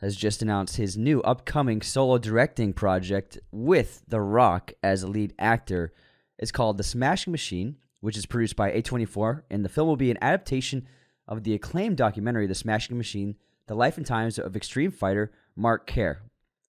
[SPEAKER 2] has just announced his new upcoming solo directing project with The Rock as a lead actor. It's called The Smashing Machine, which is produced by A24, and the film will be an adaptation of the acclaimed documentary The Smashing Machine: The Life and Times of Extreme Fighter Mark Kerr.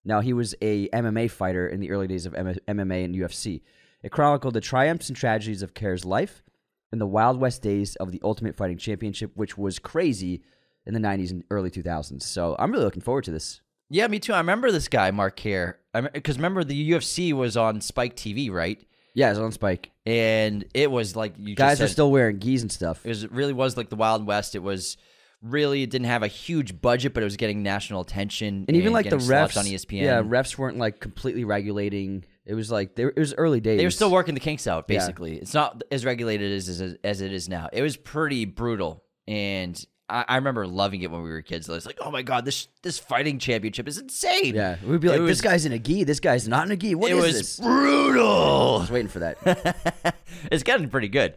[SPEAKER 2] Now, he was a MMA fighter in the early days of M- MMA and UFC. It chronicled the triumphs and tragedies of Kerr's life in the Wild West days of the Ultimate Fighting Championship, which was crazy in the 90s and early 2000s. So I'm really looking forward to this.
[SPEAKER 1] Yeah, me too. I remember this guy Mark Hare. Because remember the UFC was on Spike TV, right?
[SPEAKER 2] Yeah, it's on Spike.
[SPEAKER 1] And it was like you just
[SPEAKER 2] Guys are
[SPEAKER 1] said-
[SPEAKER 2] still wearing geese and stuff.
[SPEAKER 1] It was it really was like the Wild West. It was really it didn't have a huge budget, but it was getting national attention
[SPEAKER 2] and even like the
[SPEAKER 1] getting slots
[SPEAKER 2] refs
[SPEAKER 1] on E ESPN.
[SPEAKER 2] Yeah, refs weren't like completely regulating. It was like they were, it was early days.
[SPEAKER 1] they were still working the kinks out.
[SPEAKER 2] Yeah.
[SPEAKER 1] Basically, it's not as regulated as, as as it is now. It was pretty brutal, and I, I remember loving it when we were kids. I was like, oh my god, this this fighting championship is insane.
[SPEAKER 2] Yeah, we'd be like,
[SPEAKER 1] It
[SPEAKER 2] this
[SPEAKER 1] was-
[SPEAKER 2] guy's in a gi, this guy's not in a gi. What
[SPEAKER 1] it
[SPEAKER 2] is
[SPEAKER 1] was
[SPEAKER 2] this? I
[SPEAKER 1] brutal.
[SPEAKER 2] was waiting for that.
[SPEAKER 1] it's gotten pretty good.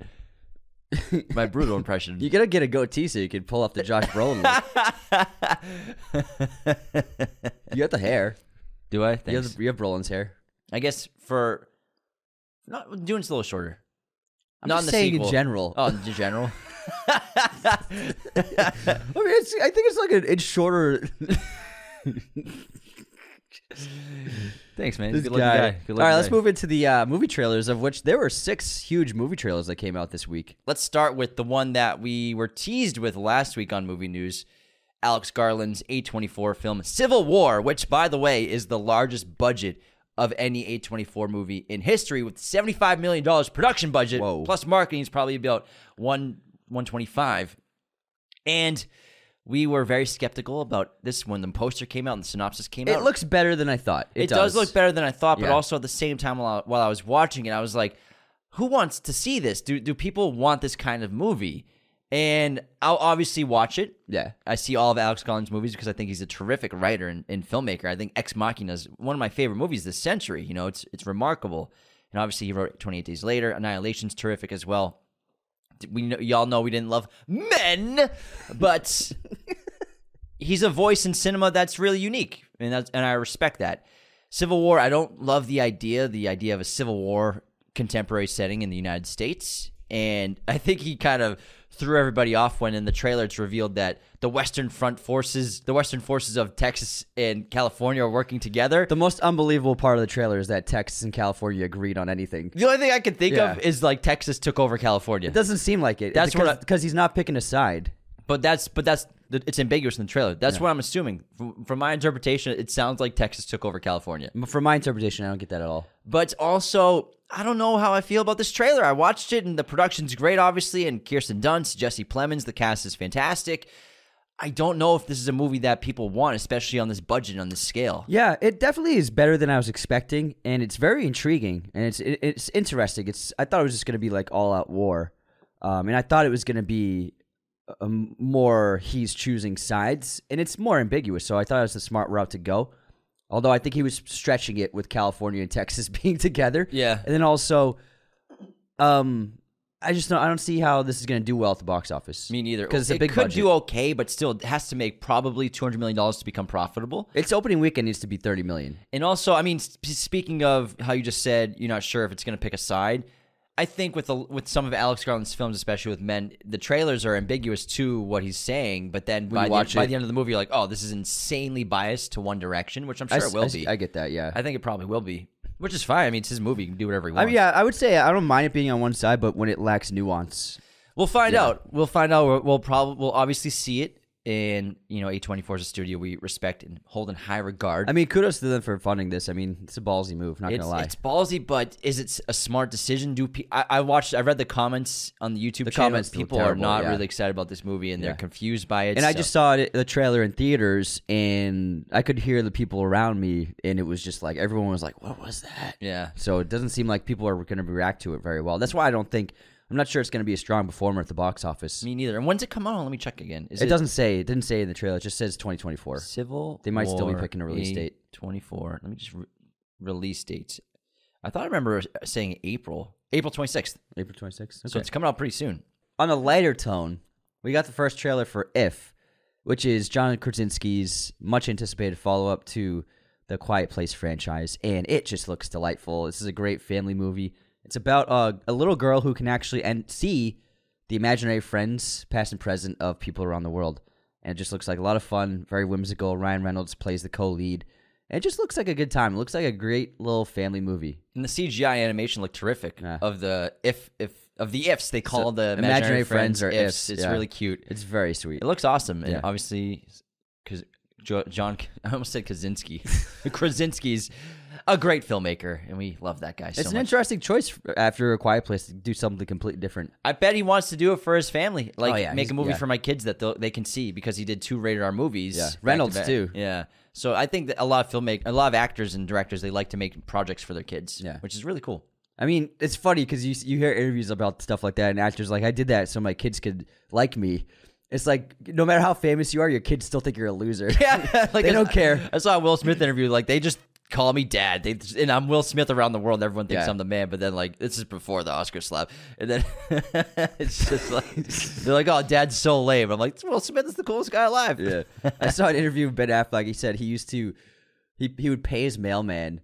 [SPEAKER 1] My brutal impression.
[SPEAKER 2] you gotta get a goatee so you can pull off the Josh Brolin. Look. you have the hair.
[SPEAKER 1] Do I?
[SPEAKER 2] You have,
[SPEAKER 1] Thanks.
[SPEAKER 2] the, you have Brolin's hair.
[SPEAKER 1] I guess for not doing it's a little shorter.
[SPEAKER 2] I'm
[SPEAKER 1] not
[SPEAKER 2] just
[SPEAKER 1] in the
[SPEAKER 2] saying
[SPEAKER 1] sequel.
[SPEAKER 2] in general.
[SPEAKER 1] Oh, in general.
[SPEAKER 2] I mean, it's, I think it's like an, it's shorter.
[SPEAKER 1] Thanks, man.
[SPEAKER 2] This
[SPEAKER 1] Good looking guy.
[SPEAKER 2] guy.
[SPEAKER 1] Good
[SPEAKER 2] All
[SPEAKER 1] looking
[SPEAKER 2] right, let's
[SPEAKER 1] guy.
[SPEAKER 2] move into the uh, movie trailers, of which there were six huge movie trailers that came out this week.
[SPEAKER 1] Let's start with the one that we were teased with last week on movie news. Alex Garland's A24 film Civil War, which by the way is the largest budget of any A24 movie in history with 75 million dollars production budget
[SPEAKER 2] Whoa.
[SPEAKER 1] plus marketing is probably about 1 125. And we were very skeptical about this when the poster came out and the synopsis came out.
[SPEAKER 2] It looks better than I thought. It,
[SPEAKER 1] it does. look better than I thought, but
[SPEAKER 2] Yeah.
[SPEAKER 1] also at the same time, while I, while I was watching it, I was like, "Who wants to see this? Do do people want this kind of movie?" And I'll obviously watch it.
[SPEAKER 2] Yeah.
[SPEAKER 1] I see all of Alex Garland's movies because I think he's a terrific writer and, and filmmaker. I think Ex Machina is one of my favorite movies this century. You know, it's it's remarkable. And obviously, he wrote Twenty Eight Days Later. Annihilation's terrific as well. We know, y'all know we didn't love men, but he's a voice in cinema that's really unique, and that's and I respect that. Civil War, I don't love the idea, the idea of a Civil War contemporary setting in the United States, and I think he kind of threw everybody off when in the trailer it's revealed that the Western Front forces, the Western forces of Texas and California, are working together.
[SPEAKER 2] The most unbelievable part of the trailer is that Texas and California agreed on anything.
[SPEAKER 1] The only thing I can think
[SPEAKER 2] Yeah.
[SPEAKER 1] of is like Texas took over California.
[SPEAKER 2] It doesn't seem like it.
[SPEAKER 1] That's what I-
[SPEAKER 2] because he's not picking a side.
[SPEAKER 1] But that's but that's it's ambiguous in the trailer. That's what I'm assuming. From, from my interpretation, it sounds like Texas took over California.
[SPEAKER 2] From my interpretation, I don't get that at all.
[SPEAKER 1] But also, I don't know how I feel about this trailer. I watched it, and the production's great, obviously, and Kirsten Dunst, Jesse Plemons, the cast is fantastic. I don't know if this is a movie that people want, especially on this budget, on this scale.
[SPEAKER 2] Yeah, it definitely is better than I was expecting, and it's very intriguing, and it's it, it's interesting. It's I thought it was just gonna be like all out war, um, and I thought it was gonna be um, more he's choosing sides, and it's more ambiguous. So I thought it was the smart route to go. Although I think he was stretching it with California and Texas being together.
[SPEAKER 1] Yeah.
[SPEAKER 2] and then also, um, I just don't I don't see how this is gonna do well at the box office.
[SPEAKER 1] Me neither.
[SPEAKER 2] because it's a
[SPEAKER 1] it
[SPEAKER 2] big
[SPEAKER 1] could
[SPEAKER 2] budget.
[SPEAKER 1] do okay, but still it has to make probably two hundred million dollars to become profitable.
[SPEAKER 2] its opening weekend needs to be thirty million.
[SPEAKER 1] And also, I mean, s- speaking of how you just said you're not sure if it's going to pick a side, I think with the, with some of Alex Garland's films, especially with men, the trailers are ambiguous to what he's saying. But then by
[SPEAKER 2] you
[SPEAKER 1] the,
[SPEAKER 2] watch
[SPEAKER 1] by
[SPEAKER 2] it-
[SPEAKER 1] the end of the movie, you're like, oh, this is insanely biased to one direction, which I'm sure
[SPEAKER 2] I s-
[SPEAKER 1] it will
[SPEAKER 2] I s-
[SPEAKER 1] be.
[SPEAKER 2] I
[SPEAKER 1] I,
[SPEAKER 2] get that. Yeah,
[SPEAKER 1] think it probably will be, which is fine. I mean, it's his movie; he can do whatever he wants.
[SPEAKER 2] I mean, yeah, I would say I don't mind it being on one side, but when it lacks nuance,
[SPEAKER 1] We'll find out. We'll find out. We'll, we'll probably we'll obviously see it. And you know, A24 is a studio we respect and hold in high regard.
[SPEAKER 2] I mean, kudos to them for funding this. I mean, it's a ballsy move. Not
[SPEAKER 1] it's,
[SPEAKER 2] gonna lie.
[SPEAKER 1] it's ballsy, but is it s- a smart decision? Do pe- I, I watched? I read the comments on the YouTube channel.
[SPEAKER 2] comments were
[SPEAKER 1] People
[SPEAKER 2] terrible,
[SPEAKER 1] are not
[SPEAKER 2] yeah.
[SPEAKER 1] really excited about this movie, and
[SPEAKER 2] Yeah.
[SPEAKER 1] they're confused by it.
[SPEAKER 2] and I
[SPEAKER 1] so-
[SPEAKER 2] just saw it, the trailer in theaters, and I could hear the people around me, and it was just like everyone was like, "What was that?"
[SPEAKER 1] yeah,
[SPEAKER 2] So it doesn't seem like people are going to react to it very well. That's why I don't think I'm not sure it's going to be a strong performer at the box office.
[SPEAKER 1] me neither. And when's it come out? Let me check again. Is
[SPEAKER 2] it, doesn't say. It didn't say in the trailer. It just says 2024.
[SPEAKER 1] civil?
[SPEAKER 2] They might still be
[SPEAKER 1] War
[SPEAKER 2] picking a release date.
[SPEAKER 1] 24. Let me just re- release dates. I thought I remember saying April, April 26th.
[SPEAKER 2] April 26th.
[SPEAKER 1] So it's coming out pretty soon.
[SPEAKER 2] on a lighter tone, we got the first trailer for If, which is John Krasinski's much anticipated follow up to the Quiet Place franchise, and it just looks delightful. This is a great family movie. It's about uh, a little girl who can actually and see the imaginary friends, past and present, of people around the world. And it just looks like a lot of fun, very whimsical. Ryan Reynolds plays the co lead. And it just looks like a good time. It looks like a great little family movie.
[SPEAKER 1] And the CGI animation looked terrific
[SPEAKER 2] Yeah.
[SPEAKER 1] of the if if of the ifs they call
[SPEAKER 2] So,
[SPEAKER 1] the imaginary, friends, or ifs. It's
[SPEAKER 2] yeah.
[SPEAKER 1] really cute.
[SPEAKER 2] It's very sweet.
[SPEAKER 1] It looks awesome, and
[SPEAKER 2] Yeah.
[SPEAKER 1] obviously, because John, I almost said Kaczynski. Krasinski's a great filmmaker, and we love that guy so
[SPEAKER 2] It's an
[SPEAKER 1] much.
[SPEAKER 2] interesting choice f- after a quiet place to do something completely different.
[SPEAKER 1] I bet he wants to do it for his family, like
[SPEAKER 2] Oh, yeah,
[SPEAKER 1] make
[SPEAKER 2] he's-
[SPEAKER 1] a movie
[SPEAKER 2] yeah.
[SPEAKER 1] for my kids that they'll- they can see because he did two rated R movies.
[SPEAKER 2] Yeah.
[SPEAKER 1] back to
[SPEAKER 2] Reynolds,
[SPEAKER 1] back.
[SPEAKER 2] too.
[SPEAKER 1] Yeah. So I think that a lot of filmmakers, a lot of actors and directors, they like to make projects for their kids.
[SPEAKER 2] Yeah.
[SPEAKER 1] which is really cool.
[SPEAKER 2] I mean, it's funny because you s- you hear interviews about stuff like that, and actors like I did that so my kids could like me. It's like no matter how famous you are, your kids still think you're a loser.
[SPEAKER 1] Yeah, like
[SPEAKER 2] They
[SPEAKER 1] I-
[SPEAKER 2] don't care.
[SPEAKER 1] I saw a Will Smith interview. Like they just call me dad. They and I'm Will Smith around the world. Everyone thinks
[SPEAKER 2] Yeah.
[SPEAKER 1] I'm the man. But then like this is before the Oscar slap, and then it's just like they're like, oh, dad's so lame. I'm like, Will Smith is the coolest guy alive.
[SPEAKER 2] Yeah. I saw an interview with Ben Affleck. He said he used to he he would pay his mailman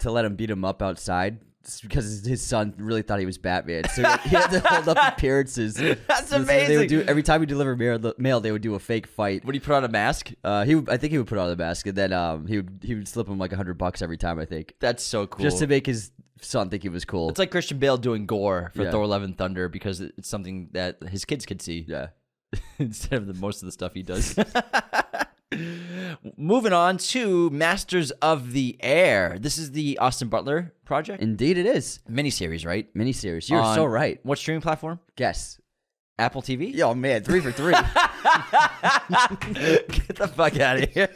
[SPEAKER 2] to let him beat him up outside s- because his- his son really thought he was Batman. So he had to hold up appearances. That's They
[SPEAKER 1] amazing.
[SPEAKER 2] would do every time he delivered mail, mail, they would do a fake fight.
[SPEAKER 1] When he put on a mask,
[SPEAKER 2] Uh, he, would, I think he would put on the basket. Then um, he would he would slip him like a hundred bucks every time. I think
[SPEAKER 1] that's so cool.
[SPEAKER 2] just to make his son think he was cool.
[SPEAKER 1] it's like Christian Bale doing gore for
[SPEAKER 2] Yeah.
[SPEAKER 1] Thor: Love and Thunder because it's something that his kids could see
[SPEAKER 2] yeah,
[SPEAKER 1] instead of the most of the stuff he does. Moving on to Masters of the Air. This is the Austin Butler project.
[SPEAKER 2] indeed it is
[SPEAKER 1] miniseries, right?
[SPEAKER 2] miniseries. You're
[SPEAKER 1] On
[SPEAKER 2] so right.
[SPEAKER 1] What streaming platform?
[SPEAKER 2] Guess.
[SPEAKER 1] Apple TV?
[SPEAKER 2] Yo, man, three for three. it
[SPEAKER 1] Get the fuck out of here.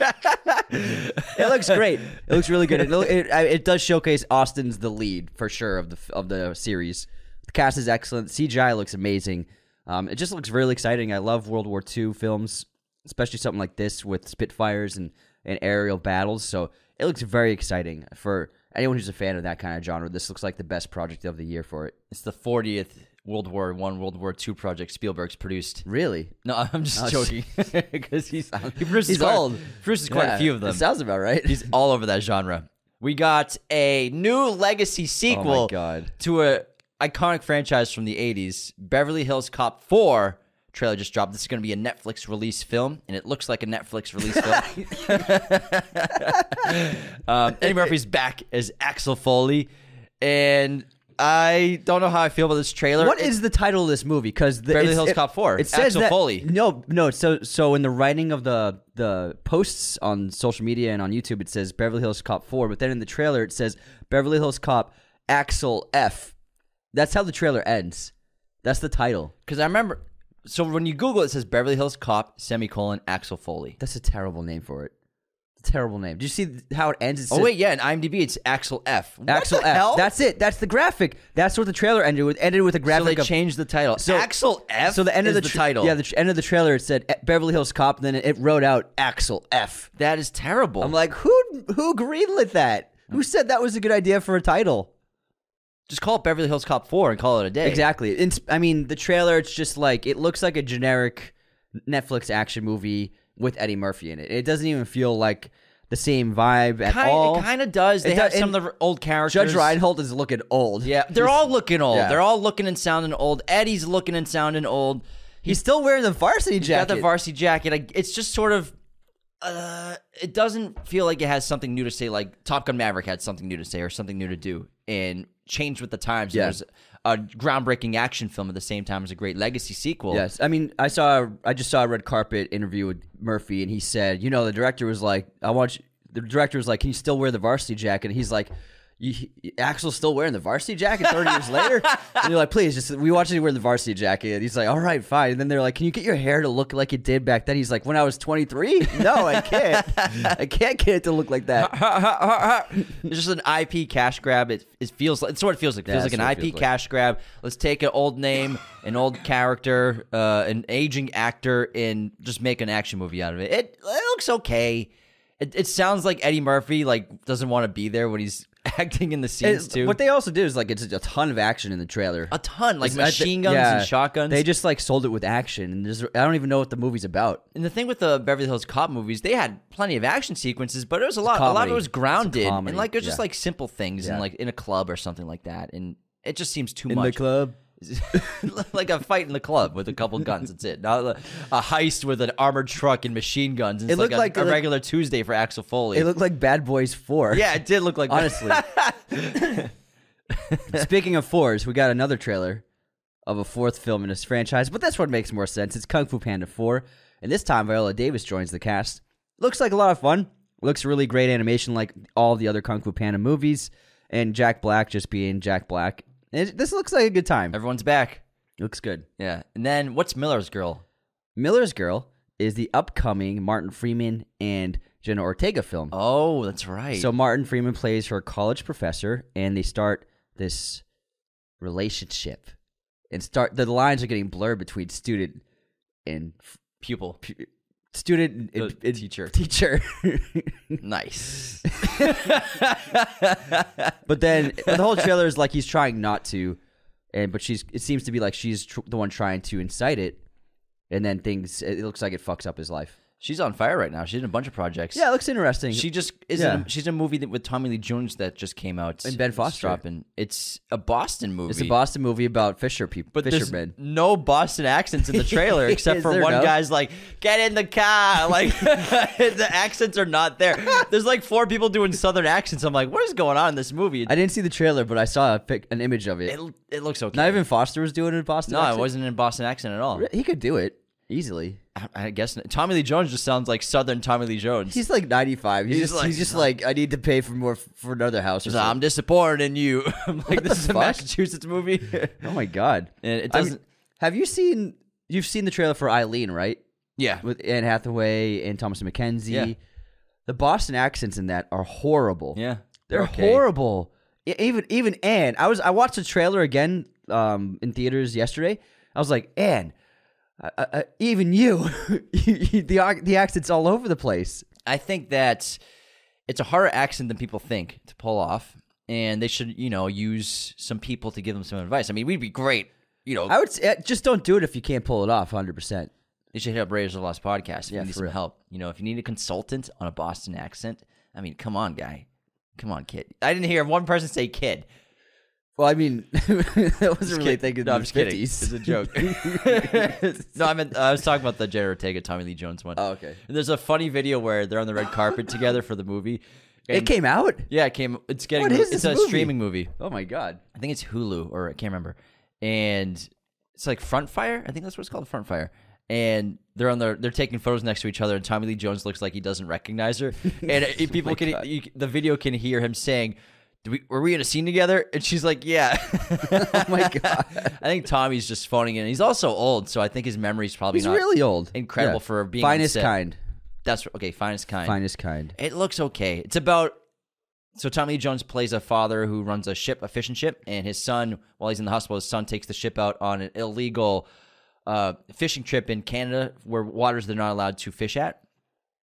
[SPEAKER 2] looks great. It looks really good. It, lo- it, I- it does showcase Austin's the lead for sure of the f- of the series. The cast is excellent. CGI looks amazing. Um, it just looks really exciting. I love World War II films, especially something like this with Spitfires and, and aerial battles. So it looks very exciting for anyone who's a fan of that kind of genre. This looks like the best project of the year for it.
[SPEAKER 1] it's the 40th World War One, World War Two project Spielberg's produced.
[SPEAKER 2] Really?
[SPEAKER 1] No, I'm just
[SPEAKER 2] Oh,
[SPEAKER 1] joking because he's he produces
[SPEAKER 2] He's
[SPEAKER 1] quite,
[SPEAKER 2] old.
[SPEAKER 1] Produces quite
[SPEAKER 2] Yeah,
[SPEAKER 1] a few of them.
[SPEAKER 2] It sounds about right.
[SPEAKER 1] he's all over that genre. We got a new legacy sequel.
[SPEAKER 2] Oh God.
[SPEAKER 1] to a iconic franchise from the 80s, Beverly Hills Cop 4 trailer just dropped. This is going to be a Netflix release film, and it looks like a Netflix release film. um, Eddie Murphy's back as Axel Foley, and I don't know how I feel about this trailer.
[SPEAKER 2] What
[SPEAKER 1] It-
[SPEAKER 2] is the title of this movie? Because
[SPEAKER 1] Beverly Hills Cop 4,
[SPEAKER 2] It says
[SPEAKER 1] Axel
[SPEAKER 2] that,
[SPEAKER 1] Foley.
[SPEAKER 2] No, no. So, so in the writing of the the posts on social media and on YouTube, it says Beverly Hills Cop Four, but then in the trailer, it says Beverly Hills Cop Axel F. That's how the trailer ends. That's the title.
[SPEAKER 1] Because I remember So when you Google it, it says Beverly Hills Cop semicolon Axel Foley.
[SPEAKER 2] That's a terrible name for it. Terrible name. Do you see th- how it ends? It
[SPEAKER 1] Oh
[SPEAKER 2] says-
[SPEAKER 1] wait, yeah, in IMDb it's Axel F. What
[SPEAKER 2] Axel
[SPEAKER 1] the
[SPEAKER 2] F.
[SPEAKER 1] Hell?
[SPEAKER 2] That's it. That's the graphic. That's what the trailer ended with. Ended with a
[SPEAKER 1] so
[SPEAKER 2] graphic
[SPEAKER 1] they
[SPEAKER 2] of
[SPEAKER 1] changed the title.
[SPEAKER 2] So-
[SPEAKER 1] Axel F.
[SPEAKER 2] So the end
[SPEAKER 1] is
[SPEAKER 2] of the, tra-
[SPEAKER 1] title.
[SPEAKER 2] yeah, the tr- end of the trailer it said eh, Beverly Hills Cop, and then it, it wrote out Axel F.
[SPEAKER 1] that is terrible.
[SPEAKER 2] I'm like, who who greenlit that? Who said that was a good idea for a title?
[SPEAKER 1] just call it Beverly Hills Cop Four and call it a day.
[SPEAKER 2] Exactly. In, I mean, the trailer it's just like it looks like a generic Netflix action movie with Eddie Murphy in it. It doesn't even feel like the same vibe at
[SPEAKER 1] Kind,
[SPEAKER 2] all.
[SPEAKER 1] It kind of does. They
[SPEAKER 2] It
[SPEAKER 1] have
[SPEAKER 2] does-
[SPEAKER 1] some of the old characters.
[SPEAKER 2] Judge Reinhold is looking old.
[SPEAKER 1] Yeah, they're all looking old.
[SPEAKER 2] yeah.
[SPEAKER 1] They're all looking and sounding old. Eddie's looking and sounding old.
[SPEAKER 2] He's still wearing the varsity
[SPEAKER 1] He's got
[SPEAKER 2] jacket.
[SPEAKER 1] the varsity jacket. I, it's just sort of. Uh, it doesn't feel like it has something new to say. Like Top Gun Maverick had something new to say or something new to do, and changed with the times.
[SPEAKER 2] Yeah.
[SPEAKER 1] Yeah. There's a groundbreaking action film at the same time as a great legacy sequel.
[SPEAKER 2] Yes, I mean, I saw, I just saw a red carpet interview with Murphy, and he said, you know, the director was like, I want you, the director was like, can you still wear the varsity jacket? And he's like, you, Axel's still wearing the varsity jacket 30 years later. And you're like, please, just we want you to wear the varsity jacket. And he's like, all right, fine. And then they're like, can you get your hair to look like it did back then? He's like, when I was 23? No, I can't. I can't get it to look like that.
[SPEAKER 1] It's just an IP cash grab. It, it feels like it's what it feels like. It
[SPEAKER 2] Yeah,
[SPEAKER 1] feels like
[SPEAKER 2] that's
[SPEAKER 1] an
[SPEAKER 2] what it
[SPEAKER 1] IP
[SPEAKER 2] feels like.
[SPEAKER 1] cash grab. Let's take an old name, an old character, uh, an aging actor, and just make an action movie out of it. It, it looks okay. It, it sounds like Eddie Murphy like doesn't want to be there when he's acting in the scenes
[SPEAKER 2] It's-
[SPEAKER 1] too.
[SPEAKER 2] What they also did is like it's a ton of action in the trailer.
[SPEAKER 1] a ton like
[SPEAKER 2] I thi-
[SPEAKER 1] machine guns
[SPEAKER 2] yeah.
[SPEAKER 1] and shotguns.
[SPEAKER 2] They just like sold it with action, and there's, I don't even know what the movie's about.
[SPEAKER 1] and the thing with the Beverly Hills Cop movies, they had plenty of action sequences, but it was a lot. A lot of
[SPEAKER 2] comedy.
[SPEAKER 1] it was grounded
[SPEAKER 2] It's a
[SPEAKER 1] and
[SPEAKER 2] comedy,
[SPEAKER 1] like it was just
[SPEAKER 2] yeah.
[SPEAKER 1] like simple things and
[SPEAKER 2] Yeah.
[SPEAKER 1] like in a club or something like that. And it just seems too much.
[SPEAKER 2] club.
[SPEAKER 1] like a fight in the club with a couple guns. That's it. Not a, a heist with an armored truck and machine guns. It's
[SPEAKER 2] It looked
[SPEAKER 1] like,
[SPEAKER 2] like-
[SPEAKER 1] a,
[SPEAKER 2] it
[SPEAKER 1] a
[SPEAKER 2] looked-
[SPEAKER 1] regular Tuesday for Axel Foley.
[SPEAKER 2] It looked like Bad Boys Four.
[SPEAKER 1] yeah, it did look like
[SPEAKER 2] honestly. Speaking of fours, we got another trailer of a fourth film in this franchise, but this one makes more sense. It's Kung Fu Panda Four, and this time Viola Davis joins the cast. Looks like a lot of fun. Looks really great animation, like all the other Kung Fu Panda movies, and Jack Black just being Jack Black. And this looks like a good time.
[SPEAKER 1] Everyone's back.
[SPEAKER 2] Looks good.
[SPEAKER 1] Yeah. And then what's Miller's girl?
[SPEAKER 2] Miller's Girl is the upcoming Martin Freeman and Jenna Ortega film.
[SPEAKER 1] Oh, that's right.
[SPEAKER 2] So Martin Freeman plays her college professor, and they start this relationship, and start the lines are getting blurred between student and f-
[SPEAKER 1] pupil.
[SPEAKER 2] student and,
[SPEAKER 1] The
[SPEAKER 2] and
[SPEAKER 1] Uh, teacher.
[SPEAKER 2] teacher.
[SPEAKER 1] Nice.
[SPEAKER 2] but then the whole trailer is like he's trying not to, and but she's it seems to be like she's tr- the one trying to incite it, and then things it looks like it fucks up his life.
[SPEAKER 1] She's on fire right now. She's in a bunch of projects.
[SPEAKER 2] Yeah, it looks interesting.
[SPEAKER 1] She just is.
[SPEAKER 2] Yeah.
[SPEAKER 1] in a- she's in a movie that, with Tommy Lee Jones that just came out.
[SPEAKER 2] And Ben
[SPEAKER 1] It's
[SPEAKER 2] Foster.
[SPEAKER 1] dropping. It's a Boston movie.
[SPEAKER 2] it's a Boston movie about fisher people,
[SPEAKER 1] But there's
[SPEAKER 2] fishermen.
[SPEAKER 1] no Boston accents in the trailer except
[SPEAKER 2] Is
[SPEAKER 1] for
[SPEAKER 2] there
[SPEAKER 1] one
[SPEAKER 2] no?
[SPEAKER 1] guy's like, "Get in the car!" Like the accents are not there. There's like four people doing Southern accents. I'm like, what is going on in this movie?
[SPEAKER 2] I didn't see the trailer, but I saw a pic, an image of it.
[SPEAKER 1] It, it looks okay.
[SPEAKER 2] Not even Foster was doing it in Boston.
[SPEAKER 1] no, it
[SPEAKER 2] accent?
[SPEAKER 1] wasn't in Boston accent at all.
[SPEAKER 2] He could do it easily.
[SPEAKER 1] I, I guess Tommy Lee Jones just sounds like Southern Tommy Lee Jones.
[SPEAKER 2] He's like 95. He's,
[SPEAKER 1] He's
[SPEAKER 2] just,
[SPEAKER 1] like-
[SPEAKER 2] he's just like I need to pay for more for another house or
[SPEAKER 1] He's like, I'm
[SPEAKER 2] something.
[SPEAKER 1] disappointed in you. I'm like,
[SPEAKER 2] the
[SPEAKER 1] this is a
[SPEAKER 2] fuck?
[SPEAKER 1] Massachusetts movie.
[SPEAKER 2] oh my god.
[SPEAKER 1] And it
[SPEAKER 2] I mean,
[SPEAKER 1] doesn't-
[SPEAKER 2] have you seen you've seen the trailer for Eileen, right?
[SPEAKER 1] yeah,
[SPEAKER 2] With Anne Hathaway and Thomas McKenzie.
[SPEAKER 1] Yeah.
[SPEAKER 2] The Boston accents in that are horrible.
[SPEAKER 1] yeah,
[SPEAKER 2] They're
[SPEAKER 1] okay.
[SPEAKER 2] horrible. E- Even even Anne. I was I watched the trailer again um, in theaters yesterday. I was like Anne. Uh, uh, even you, you, you the ac- the accents all over the place.
[SPEAKER 1] I think that it's a harder accent than people think to pull off, and they should, you know, use some people to give them some advice. I mean, we'd be great, you know.
[SPEAKER 2] I would say, just don't do it if you can't pull it off 100%.
[SPEAKER 1] they should hit up Raiders of the Lost podcast if
[SPEAKER 2] Yeah,
[SPEAKER 1] you need
[SPEAKER 2] for
[SPEAKER 1] some
[SPEAKER 2] real.
[SPEAKER 1] help. You know, if you need a consultant on a Boston accent, I mean, come on, guy, come on, kid. I didn't hear one person say kid.
[SPEAKER 2] Well, I mean, that wasn't really
[SPEAKER 1] kid-
[SPEAKER 2] thinking
[SPEAKER 1] no, I'm
[SPEAKER 2] of
[SPEAKER 1] just
[SPEAKER 2] the
[SPEAKER 1] kidding.
[SPEAKER 2] 50s.
[SPEAKER 1] It's a joke. no, I meant I was talking about the Jared Ortega, Tommy Lee Jones one.
[SPEAKER 2] Oh, okay.
[SPEAKER 1] And there's a funny video where they're on the red carpet together for the movie.
[SPEAKER 2] it
[SPEAKER 1] and-
[SPEAKER 2] came out?
[SPEAKER 1] Yeah, it came. It's getting.
[SPEAKER 2] What is
[SPEAKER 1] it's
[SPEAKER 2] this
[SPEAKER 1] a
[SPEAKER 2] movie?
[SPEAKER 1] streaming movie.
[SPEAKER 2] Oh my god.
[SPEAKER 1] I think it's Hulu or I can't remember. And it's like Front Fire. I think that's what it's called, Front Fire. And they're on their they're taking photos next to each other, and Tommy uh, Lee Jones looks like he doesn't recognize her. And it- people can you, the video can hear him saying, Did we, were we in a scene together? And she's like, yeah.
[SPEAKER 2] Oh my god,
[SPEAKER 1] I think Tommy's just phoning in. He's also old, so I think his memory's probably
[SPEAKER 2] he's
[SPEAKER 1] not
[SPEAKER 2] really old.
[SPEAKER 1] incredible for being on
[SPEAKER 2] finest
[SPEAKER 1] set.
[SPEAKER 2] kind,
[SPEAKER 1] That's okay. Finest kind.
[SPEAKER 2] finest kind.
[SPEAKER 1] It looks okay. It's about so Tommy Lee Jones plays a father who runs a ship, a fishing ship, and his son, while he's in the hospital, his son takes the ship out on an illegal uh, fishing trip in Canada where waters they're not allowed to fish at.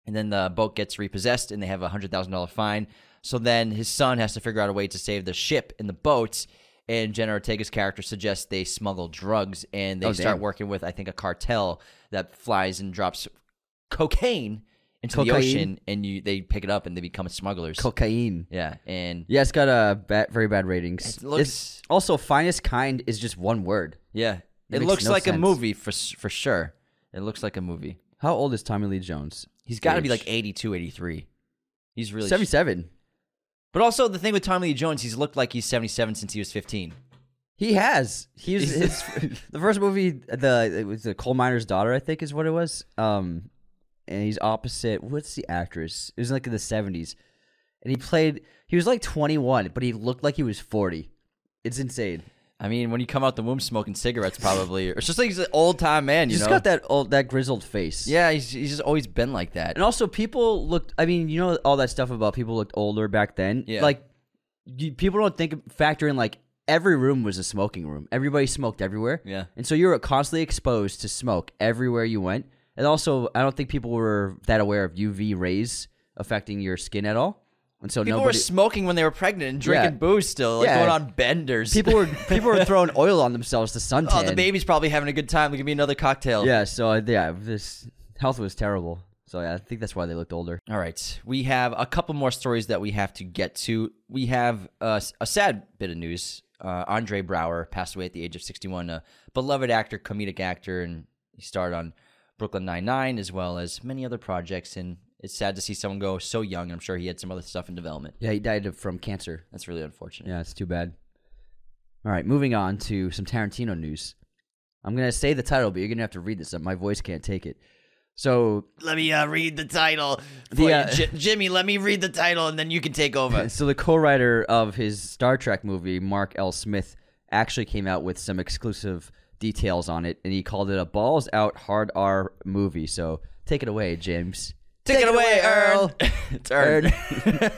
[SPEAKER 1] And then the boat gets repossessed, and they have a hundred thousand dollar fine. So then his son has to figure out a way to save the ship and the boats. And Jenna Ortega's character suggests they smuggle drugs, and they
[SPEAKER 2] Oh,
[SPEAKER 1] start
[SPEAKER 2] damn.
[SPEAKER 1] working with I think a cartel that flies and drops cocaine into the
[SPEAKER 2] Cocaine.
[SPEAKER 1] ocean, and you they pick it up and they become smugglers.
[SPEAKER 2] Cocaine.
[SPEAKER 1] yeah, and
[SPEAKER 2] Yeah, it's got a bad, very bad ratings.
[SPEAKER 1] It looks-
[SPEAKER 2] It's- also, finest kind is just one word.
[SPEAKER 1] yeah,
[SPEAKER 2] That
[SPEAKER 1] it
[SPEAKER 2] makes
[SPEAKER 1] looks
[SPEAKER 2] no
[SPEAKER 1] like a
[SPEAKER 2] sense.
[SPEAKER 1] movie for s- for sure. It looks like a movie.
[SPEAKER 2] How old is Tommy Lee Jones?
[SPEAKER 1] He's got to be
[SPEAKER 2] Age?
[SPEAKER 1] like 82, 83. He's really
[SPEAKER 2] 77.
[SPEAKER 1] But also the thing with Tommy Lee Jones, he's looked like he's 77 since he was 15.
[SPEAKER 2] He has. He was
[SPEAKER 1] He's-
[SPEAKER 2] his, the first movie. The it was the coal miner's daughter, I think, is what it was. Um, and he's opposite. What's the actress? It was like in the seventies, and he played. He was like twenty one, but he looked like he was forty. It's insane.
[SPEAKER 1] I mean, when you come out the womb smoking cigarettes, probably, or it's just like he's an old time man. You
[SPEAKER 2] He's just
[SPEAKER 1] know,
[SPEAKER 2] got that old, that grizzled face.
[SPEAKER 1] Yeah, he's, he's just always been like that.
[SPEAKER 2] and also people looked. I mean, you know all that stuff about people looked older back then.
[SPEAKER 1] Yeah.
[SPEAKER 2] like you, people don't think factor in like every room was a smoking room. Everybody smoked everywhere.
[SPEAKER 1] Yeah.
[SPEAKER 2] and so you were constantly exposed to smoke everywhere you went. And also, I don't think people were that aware of UV rays affecting your skin at all. And so
[SPEAKER 1] People were
[SPEAKER 2] nobody.
[SPEAKER 1] smoking when they were pregnant and drinking
[SPEAKER 2] Yeah.
[SPEAKER 1] booze still, like
[SPEAKER 2] Yeah.
[SPEAKER 1] going on benders.
[SPEAKER 2] People were people were throwing oil on themselves to suntan.
[SPEAKER 1] oh, the baby's probably having a good time. Give me another cocktail.
[SPEAKER 2] Yeah, so uh, yeah, this health was terrible. So yeah, I think that's why they looked older.
[SPEAKER 1] All right, we have a couple more stories that we have to get to. We have uh, a sad bit of news. Uh, Andre Brower passed away at the age of 61, a beloved actor, comedic actor, and he starred on Brooklyn Nine-Nine as well as many other projects. And it's sad to see someone go so young. I'm sure he had some other stuff in development.
[SPEAKER 2] Yeah, he died of- from cancer.
[SPEAKER 1] That's really unfortunate.
[SPEAKER 2] Yeah, it's too bad. All right, moving on to some Tarantino news. I'm going to say the title, but you're going to have to read this. My voice can't take it. So,
[SPEAKER 1] Let me uh, read the title.
[SPEAKER 2] The,
[SPEAKER 1] for you.
[SPEAKER 2] uh,
[SPEAKER 1] Ji- Jimmy, let me read the title and then you can take over.
[SPEAKER 2] so the co-writer of his Star Trek movie, Mark L. Smith, actually came out with some exclusive details on it, and he called it a balls out hard R movie. So, take it away, James.
[SPEAKER 1] Take, it away, Earl. it's Earn.
[SPEAKER 2] Earn.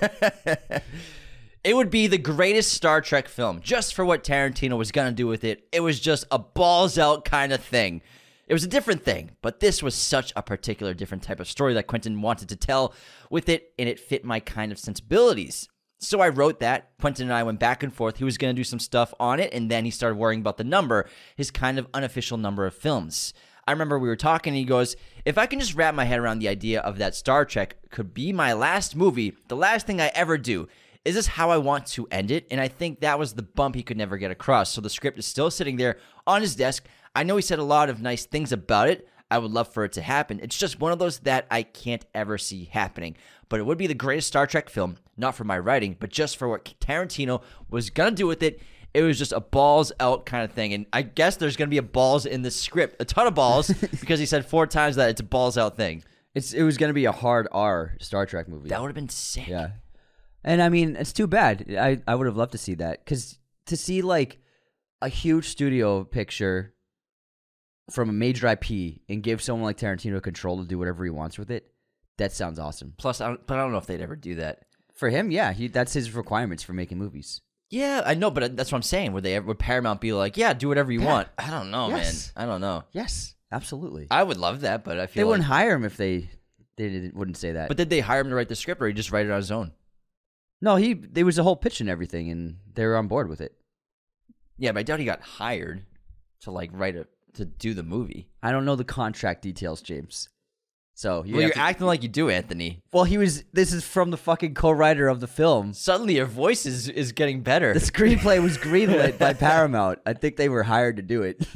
[SPEAKER 1] it would be the greatest Star Trek film, just for what Tarantino was gonna do with it. It was just a balls out kind of thing. It was a different thing, but this was such a particular different type of story that Quentin wanted to tell with it, and it fit my kind of sensibilities. So I wrote that. Quentin and I went back and forth. He was going to do some stuff on it, and then he started worrying about the number, his kind of unofficial number of films. I remember we were talking, and he goes, If I can just wrap my head around the idea of that Star Trek could be my last movie, the last thing I ever do, is this how I want to end it? And I think that was the bump he could never get across. So the script is still sitting there on his desk. I know he said a lot of nice things about it. I would love for it to happen. It's just one of those that I can't ever see happening. But it would be the greatest Star Trek film, not for my writing, but just for what Tarantino was going to do with it. It was just a balls out kind of thing. And I guess there's going to be a balls in this script, a ton of balls, because he said four times that it's a balls out thing.
[SPEAKER 2] It's it was going to be a hard R Star Trek movie.
[SPEAKER 1] That would have been sick.
[SPEAKER 2] Yeah. And I mean, it's too bad. I, I would have loved to see that because to see like a huge studio picture from a major IP and give someone like Tarantino control to do whatever he wants with it, that sounds awesome.
[SPEAKER 1] Plus, I don't, but I don't know if they'd ever do that.
[SPEAKER 2] For him, yeah, he, that's his requirements for making movies.
[SPEAKER 1] Yeah, I know, but that's what I'm saying. Would they? Would Paramount be like, yeah, do whatever you
[SPEAKER 2] Yeah.
[SPEAKER 1] want? I don't know,
[SPEAKER 2] Yes.
[SPEAKER 1] man. I don't know.
[SPEAKER 2] Yes, absolutely.
[SPEAKER 1] I would love that, but I feel
[SPEAKER 2] they
[SPEAKER 1] like-
[SPEAKER 2] wouldn't hire him if they they didn't, wouldn't say that.
[SPEAKER 1] But did they hire him to write the script, or he just write it on his own?
[SPEAKER 2] no, he there was a whole pitch and everything, and they were on board with it.
[SPEAKER 1] Yeah, but I doubt he got hired to like write a to do the movie.
[SPEAKER 2] I don't know the contract details, James. So you
[SPEAKER 1] well,
[SPEAKER 2] have
[SPEAKER 1] you're
[SPEAKER 2] to-
[SPEAKER 1] acting like you do, Anthony.
[SPEAKER 2] Well, he was. This is from the fucking co-writer of the film.
[SPEAKER 1] Suddenly, your voice is is getting better.
[SPEAKER 2] The screenplay was greenlit by Paramount. I think they were hired to do it.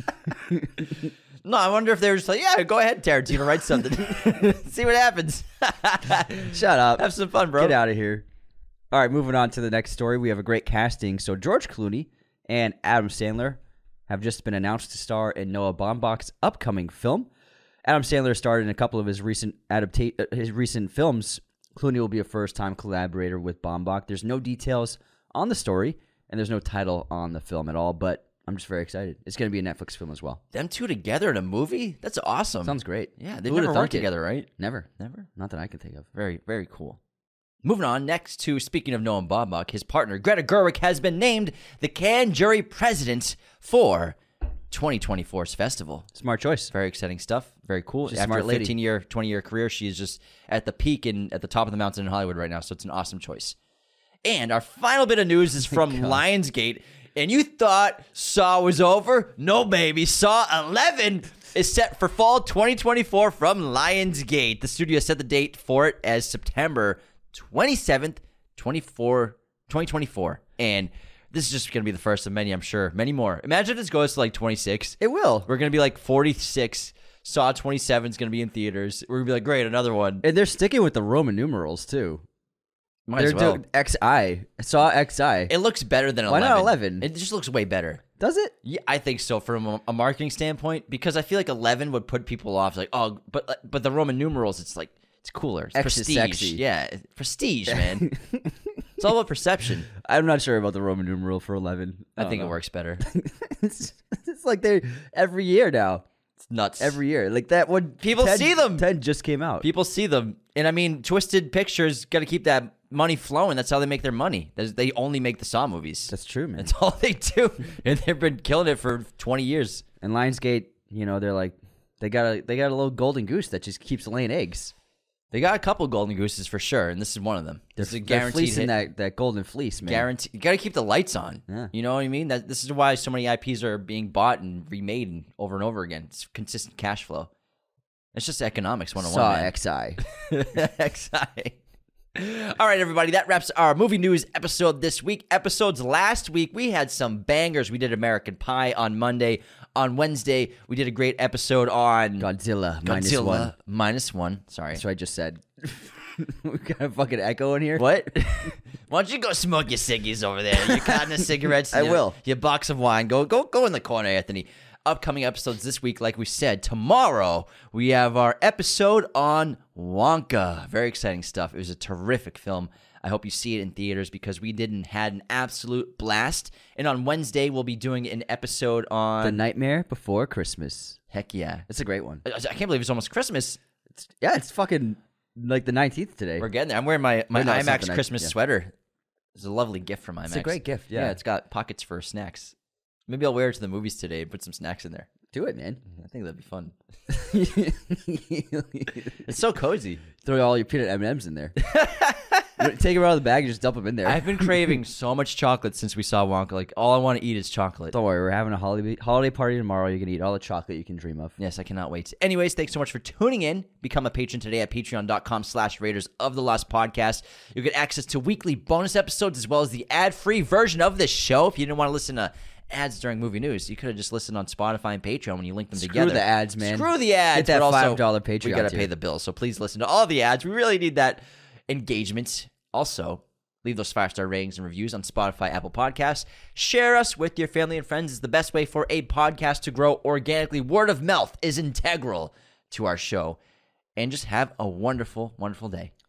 [SPEAKER 1] no, I wonder if they were just like, yeah, go ahead, Tarantino, write something, see what happens.
[SPEAKER 2] Shut up.
[SPEAKER 1] Have some fun, bro.
[SPEAKER 2] Get out of here. All right, moving on to the next story. We have a great casting. So George Clooney and Adam Sandler have just been announced to star in Noah Baumbach's upcoming film. Adam Sandler starred in a couple of his recent adapta- uh, his recent films. Clooney will be a first time collaborator with Baumbach. There's no details on the story, and there's no title on the film at all. But I'm just very excited. It's going to be a Netflix film as well.
[SPEAKER 1] Them two together in a movie? That's awesome.
[SPEAKER 2] Sounds great.
[SPEAKER 1] Um, Yeah, they
[SPEAKER 2] Who would've
[SPEAKER 1] never
[SPEAKER 2] thunk
[SPEAKER 1] worked
[SPEAKER 2] it?
[SPEAKER 1] together, right?
[SPEAKER 2] Never,
[SPEAKER 1] Never.
[SPEAKER 2] not that I can think of.
[SPEAKER 1] Very, very cool. Moving on, next to speaking of Noam Baumbach, his partner Greta Gerwig has been named the Can Jury President for 2024's festival.
[SPEAKER 2] Smart choice.
[SPEAKER 1] Very exciting stuff. Very cool.
[SPEAKER 2] She's a
[SPEAKER 1] After
[SPEAKER 2] smart
[SPEAKER 1] a
[SPEAKER 2] lady.
[SPEAKER 1] 15 year, 20 year career, she is just at the peak and at the top of the mountain in Hollywood right now. So it's an awesome choice. And our final bit of news is from Lionsgate. And you thought Saw was over? No, baby. Saw 11 is set for fall 2024 from Lionsgate. The studio set the date for it as September 27th, 24, 2024. And this is just going to be the first of many, I'm sure. Many more. Imagine if this goes to like 26.
[SPEAKER 2] It will.
[SPEAKER 1] We're gonna be like 46. Saw 27 is gonna be in theaters. We're gonna be like, great, another one.
[SPEAKER 2] And they're sticking with the Roman numerals too.
[SPEAKER 1] Might
[SPEAKER 2] they're
[SPEAKER 1] as well.
[SPEAKER 2] doing XI. Saw XI.
[SPEAKER 1] it looks better than
[SPEAKER 2] Why
[SPEAKER 1] 11.
[SPEAKER 2] not 11?
[SPEAKER 1] It just looks way better.
[SPEAKER 2] Does it?
[SPEAKER 1] Yeah, I think so from a, a marketing standpoint because I feel like 11 would put people off. Like, oh, but but the Roman numerals, it's like it's cooler. It's
[SPEAKER 2] Extra
[SPEAKER 1] prestige.
[SPEAKER 2] sexy.
[SPEAKER 1] Yeah, it- prestige, man. it's all about perception.
[SPEAKER 2] I'm not sure about the Roman numeral for 11.
[SPEAKER 1] I, think
[SPEAKER 2] don't
[SPEAKER 1] it
[SPEAKER 2] know.
[SPEAKER 1] works better.
[SPEAKER 2] it's, it's like they every year now.
[SPEAKER 1] It's nuts.
[SPEAKER 2] Every year, like that one.
[SPEAKER 1] People
[SPEAKER 2] 10
[SPEAKER 1] see them.
[SPEAKER 2] Ten just came out.
[SPEAKER 1] people see them, and I mean, Twisted Pictures got to keep that money flowing. That's how they make their money. That's- They only make the Saw movies.
[SPEAKER 2] That's true, man.
[SPEAKER 1] That's all they do, and they've been killing it for twenty years.
[SPEAKER 2] and Lionsgate, you know, they're like they got a they got a little golden goose that just keeps laying eggs.
[SPEAKER 1] They got a couple golden gooses for sure, and this is one of them. This is a
[SPEAKER 2] They're
[SPEAKER 1] guaranteed
[SPEAKER 2] fleecing
[SPEAKER 1] hit.
[SPEAKER 2] that that golden fleece, man.
[SPEAKER 1] Guarantee. You got to keep the lights on.
[SPEAKER 2] Yeah.
[SPEAKER 1] You know what I mean? That this is why so many IPs are being bought and remade and over and over again. It's consistent cash flow. It's just economics one on
[SPEAKER 2] Saw
[SPEAKER 1] one.
[SPEAKER 2] XI.
[SPEAKER 1] Exciting. All right, everybody, that wraps our movie news episode this week. Episodes last week, we had some bangers. We did American Pie on Monday. On Wednesday, we did a great episode on
[SPEAKER 2] Godzilla, minus
[SPEAKER 1] Godzilla
[SPEAKER 2] one.
[SPEAKER 1] minus one. Sorry.
[SPEAKER 2] That's what I just said. we got a fucking echo in here.
[SPEAKER 1] What? Why don't you go smoke your ciggies over there? Your cotton of cigarettes.
[SPEAKER 2] I
[SPEAKER 1] your-
[SPEAKER 2] will.
[SPEAKER 1] Your box of wine. Go, go, go in the corner, Anthony. Upcoming episodes this week, like we said, tomorrow we have our episode on Wonka. Very exciting stuff. It was a terrific film. I hope you see it in theaters because we did and had an absolute blast. And on Wednesday we'll be doing an episode on
[SPEAKER 2] The Nightmare Before Christmas.
[SPEAKER 1] heck yeah.
[SPEAKER 2] It's a great one.
[SPEAKER 1] I I can't believe it's almost Christmas.
[SPEAKER 2] It's, yeah, it's fucking like the 19th today.
[SPEAKER 1] We're getting there. I'm wearing my, my
[SPEAKER 2] Or no, it's not
[SPEAKER 1] IMAX
[SPEAKER 2] the night-
[SPEAKER 1] Christmas
[SPEAKER 2] yeah.
[SPEAKER 1] sweater. It's a lovely gift from IMAX.
[SPEAKER 2] a great gift, yeah.
[SPEAKER 1] it's got pockets for snacks. Maybe I'll wear it to the movies today and put some snacks in there.
[SPEAKER 2] Do it, man.
[SPEAKER 1] I think that'd be fun. It's so cozy.
[SPEAKER 2] Throw all your peanut M&Ms in there. Take them out of the bag and just dump them in there.
[SPEAKER 1] I've been craving so much chocolate since we saw Wonka. Like all I want to eat is chocolate.
[SPEAKER 2] Don't worry, we're having a holiday holiday party tomorrow. You're gonna eat all the chocolate you can dream of.
[SPEAKER 1] Yes, I cannot wait. Anyways, thanks so much for tuning in. Become a patron today at patreon.com slash Raiders of the Lost Podcast. You'll get access to weekly bonus episodes as well as the ad-free version of this show. If you didn't want to listen to ads during movie news, you could have just listened on Spotify and Patreon when you link them
[SPEAKER 2] Screw
[SPEAKER 1] together.
[SPEAKER 2] the ads, man.
[SPEAKER 1] Screw the ads.
[SPEAKER 2] Get that
[SPEAKER 1] but also,
[SPEAKER 2] $5
[SPEAKER 1] We
[SPEAKER 2] Patreon
[SPEAKER 1] got to
[SPEAKER 2] tier.
[SPEAKER 1] pay the bill, so please listen to all the ads. We really need that engagement. Also, leave those five-star ratings and reviews on Spotify, Apple Podcasts. Share us with your family and friends. is the best way for a podcast to grow organically. Word of mouth is integral to our show. And just have a wonderful, wonderful day.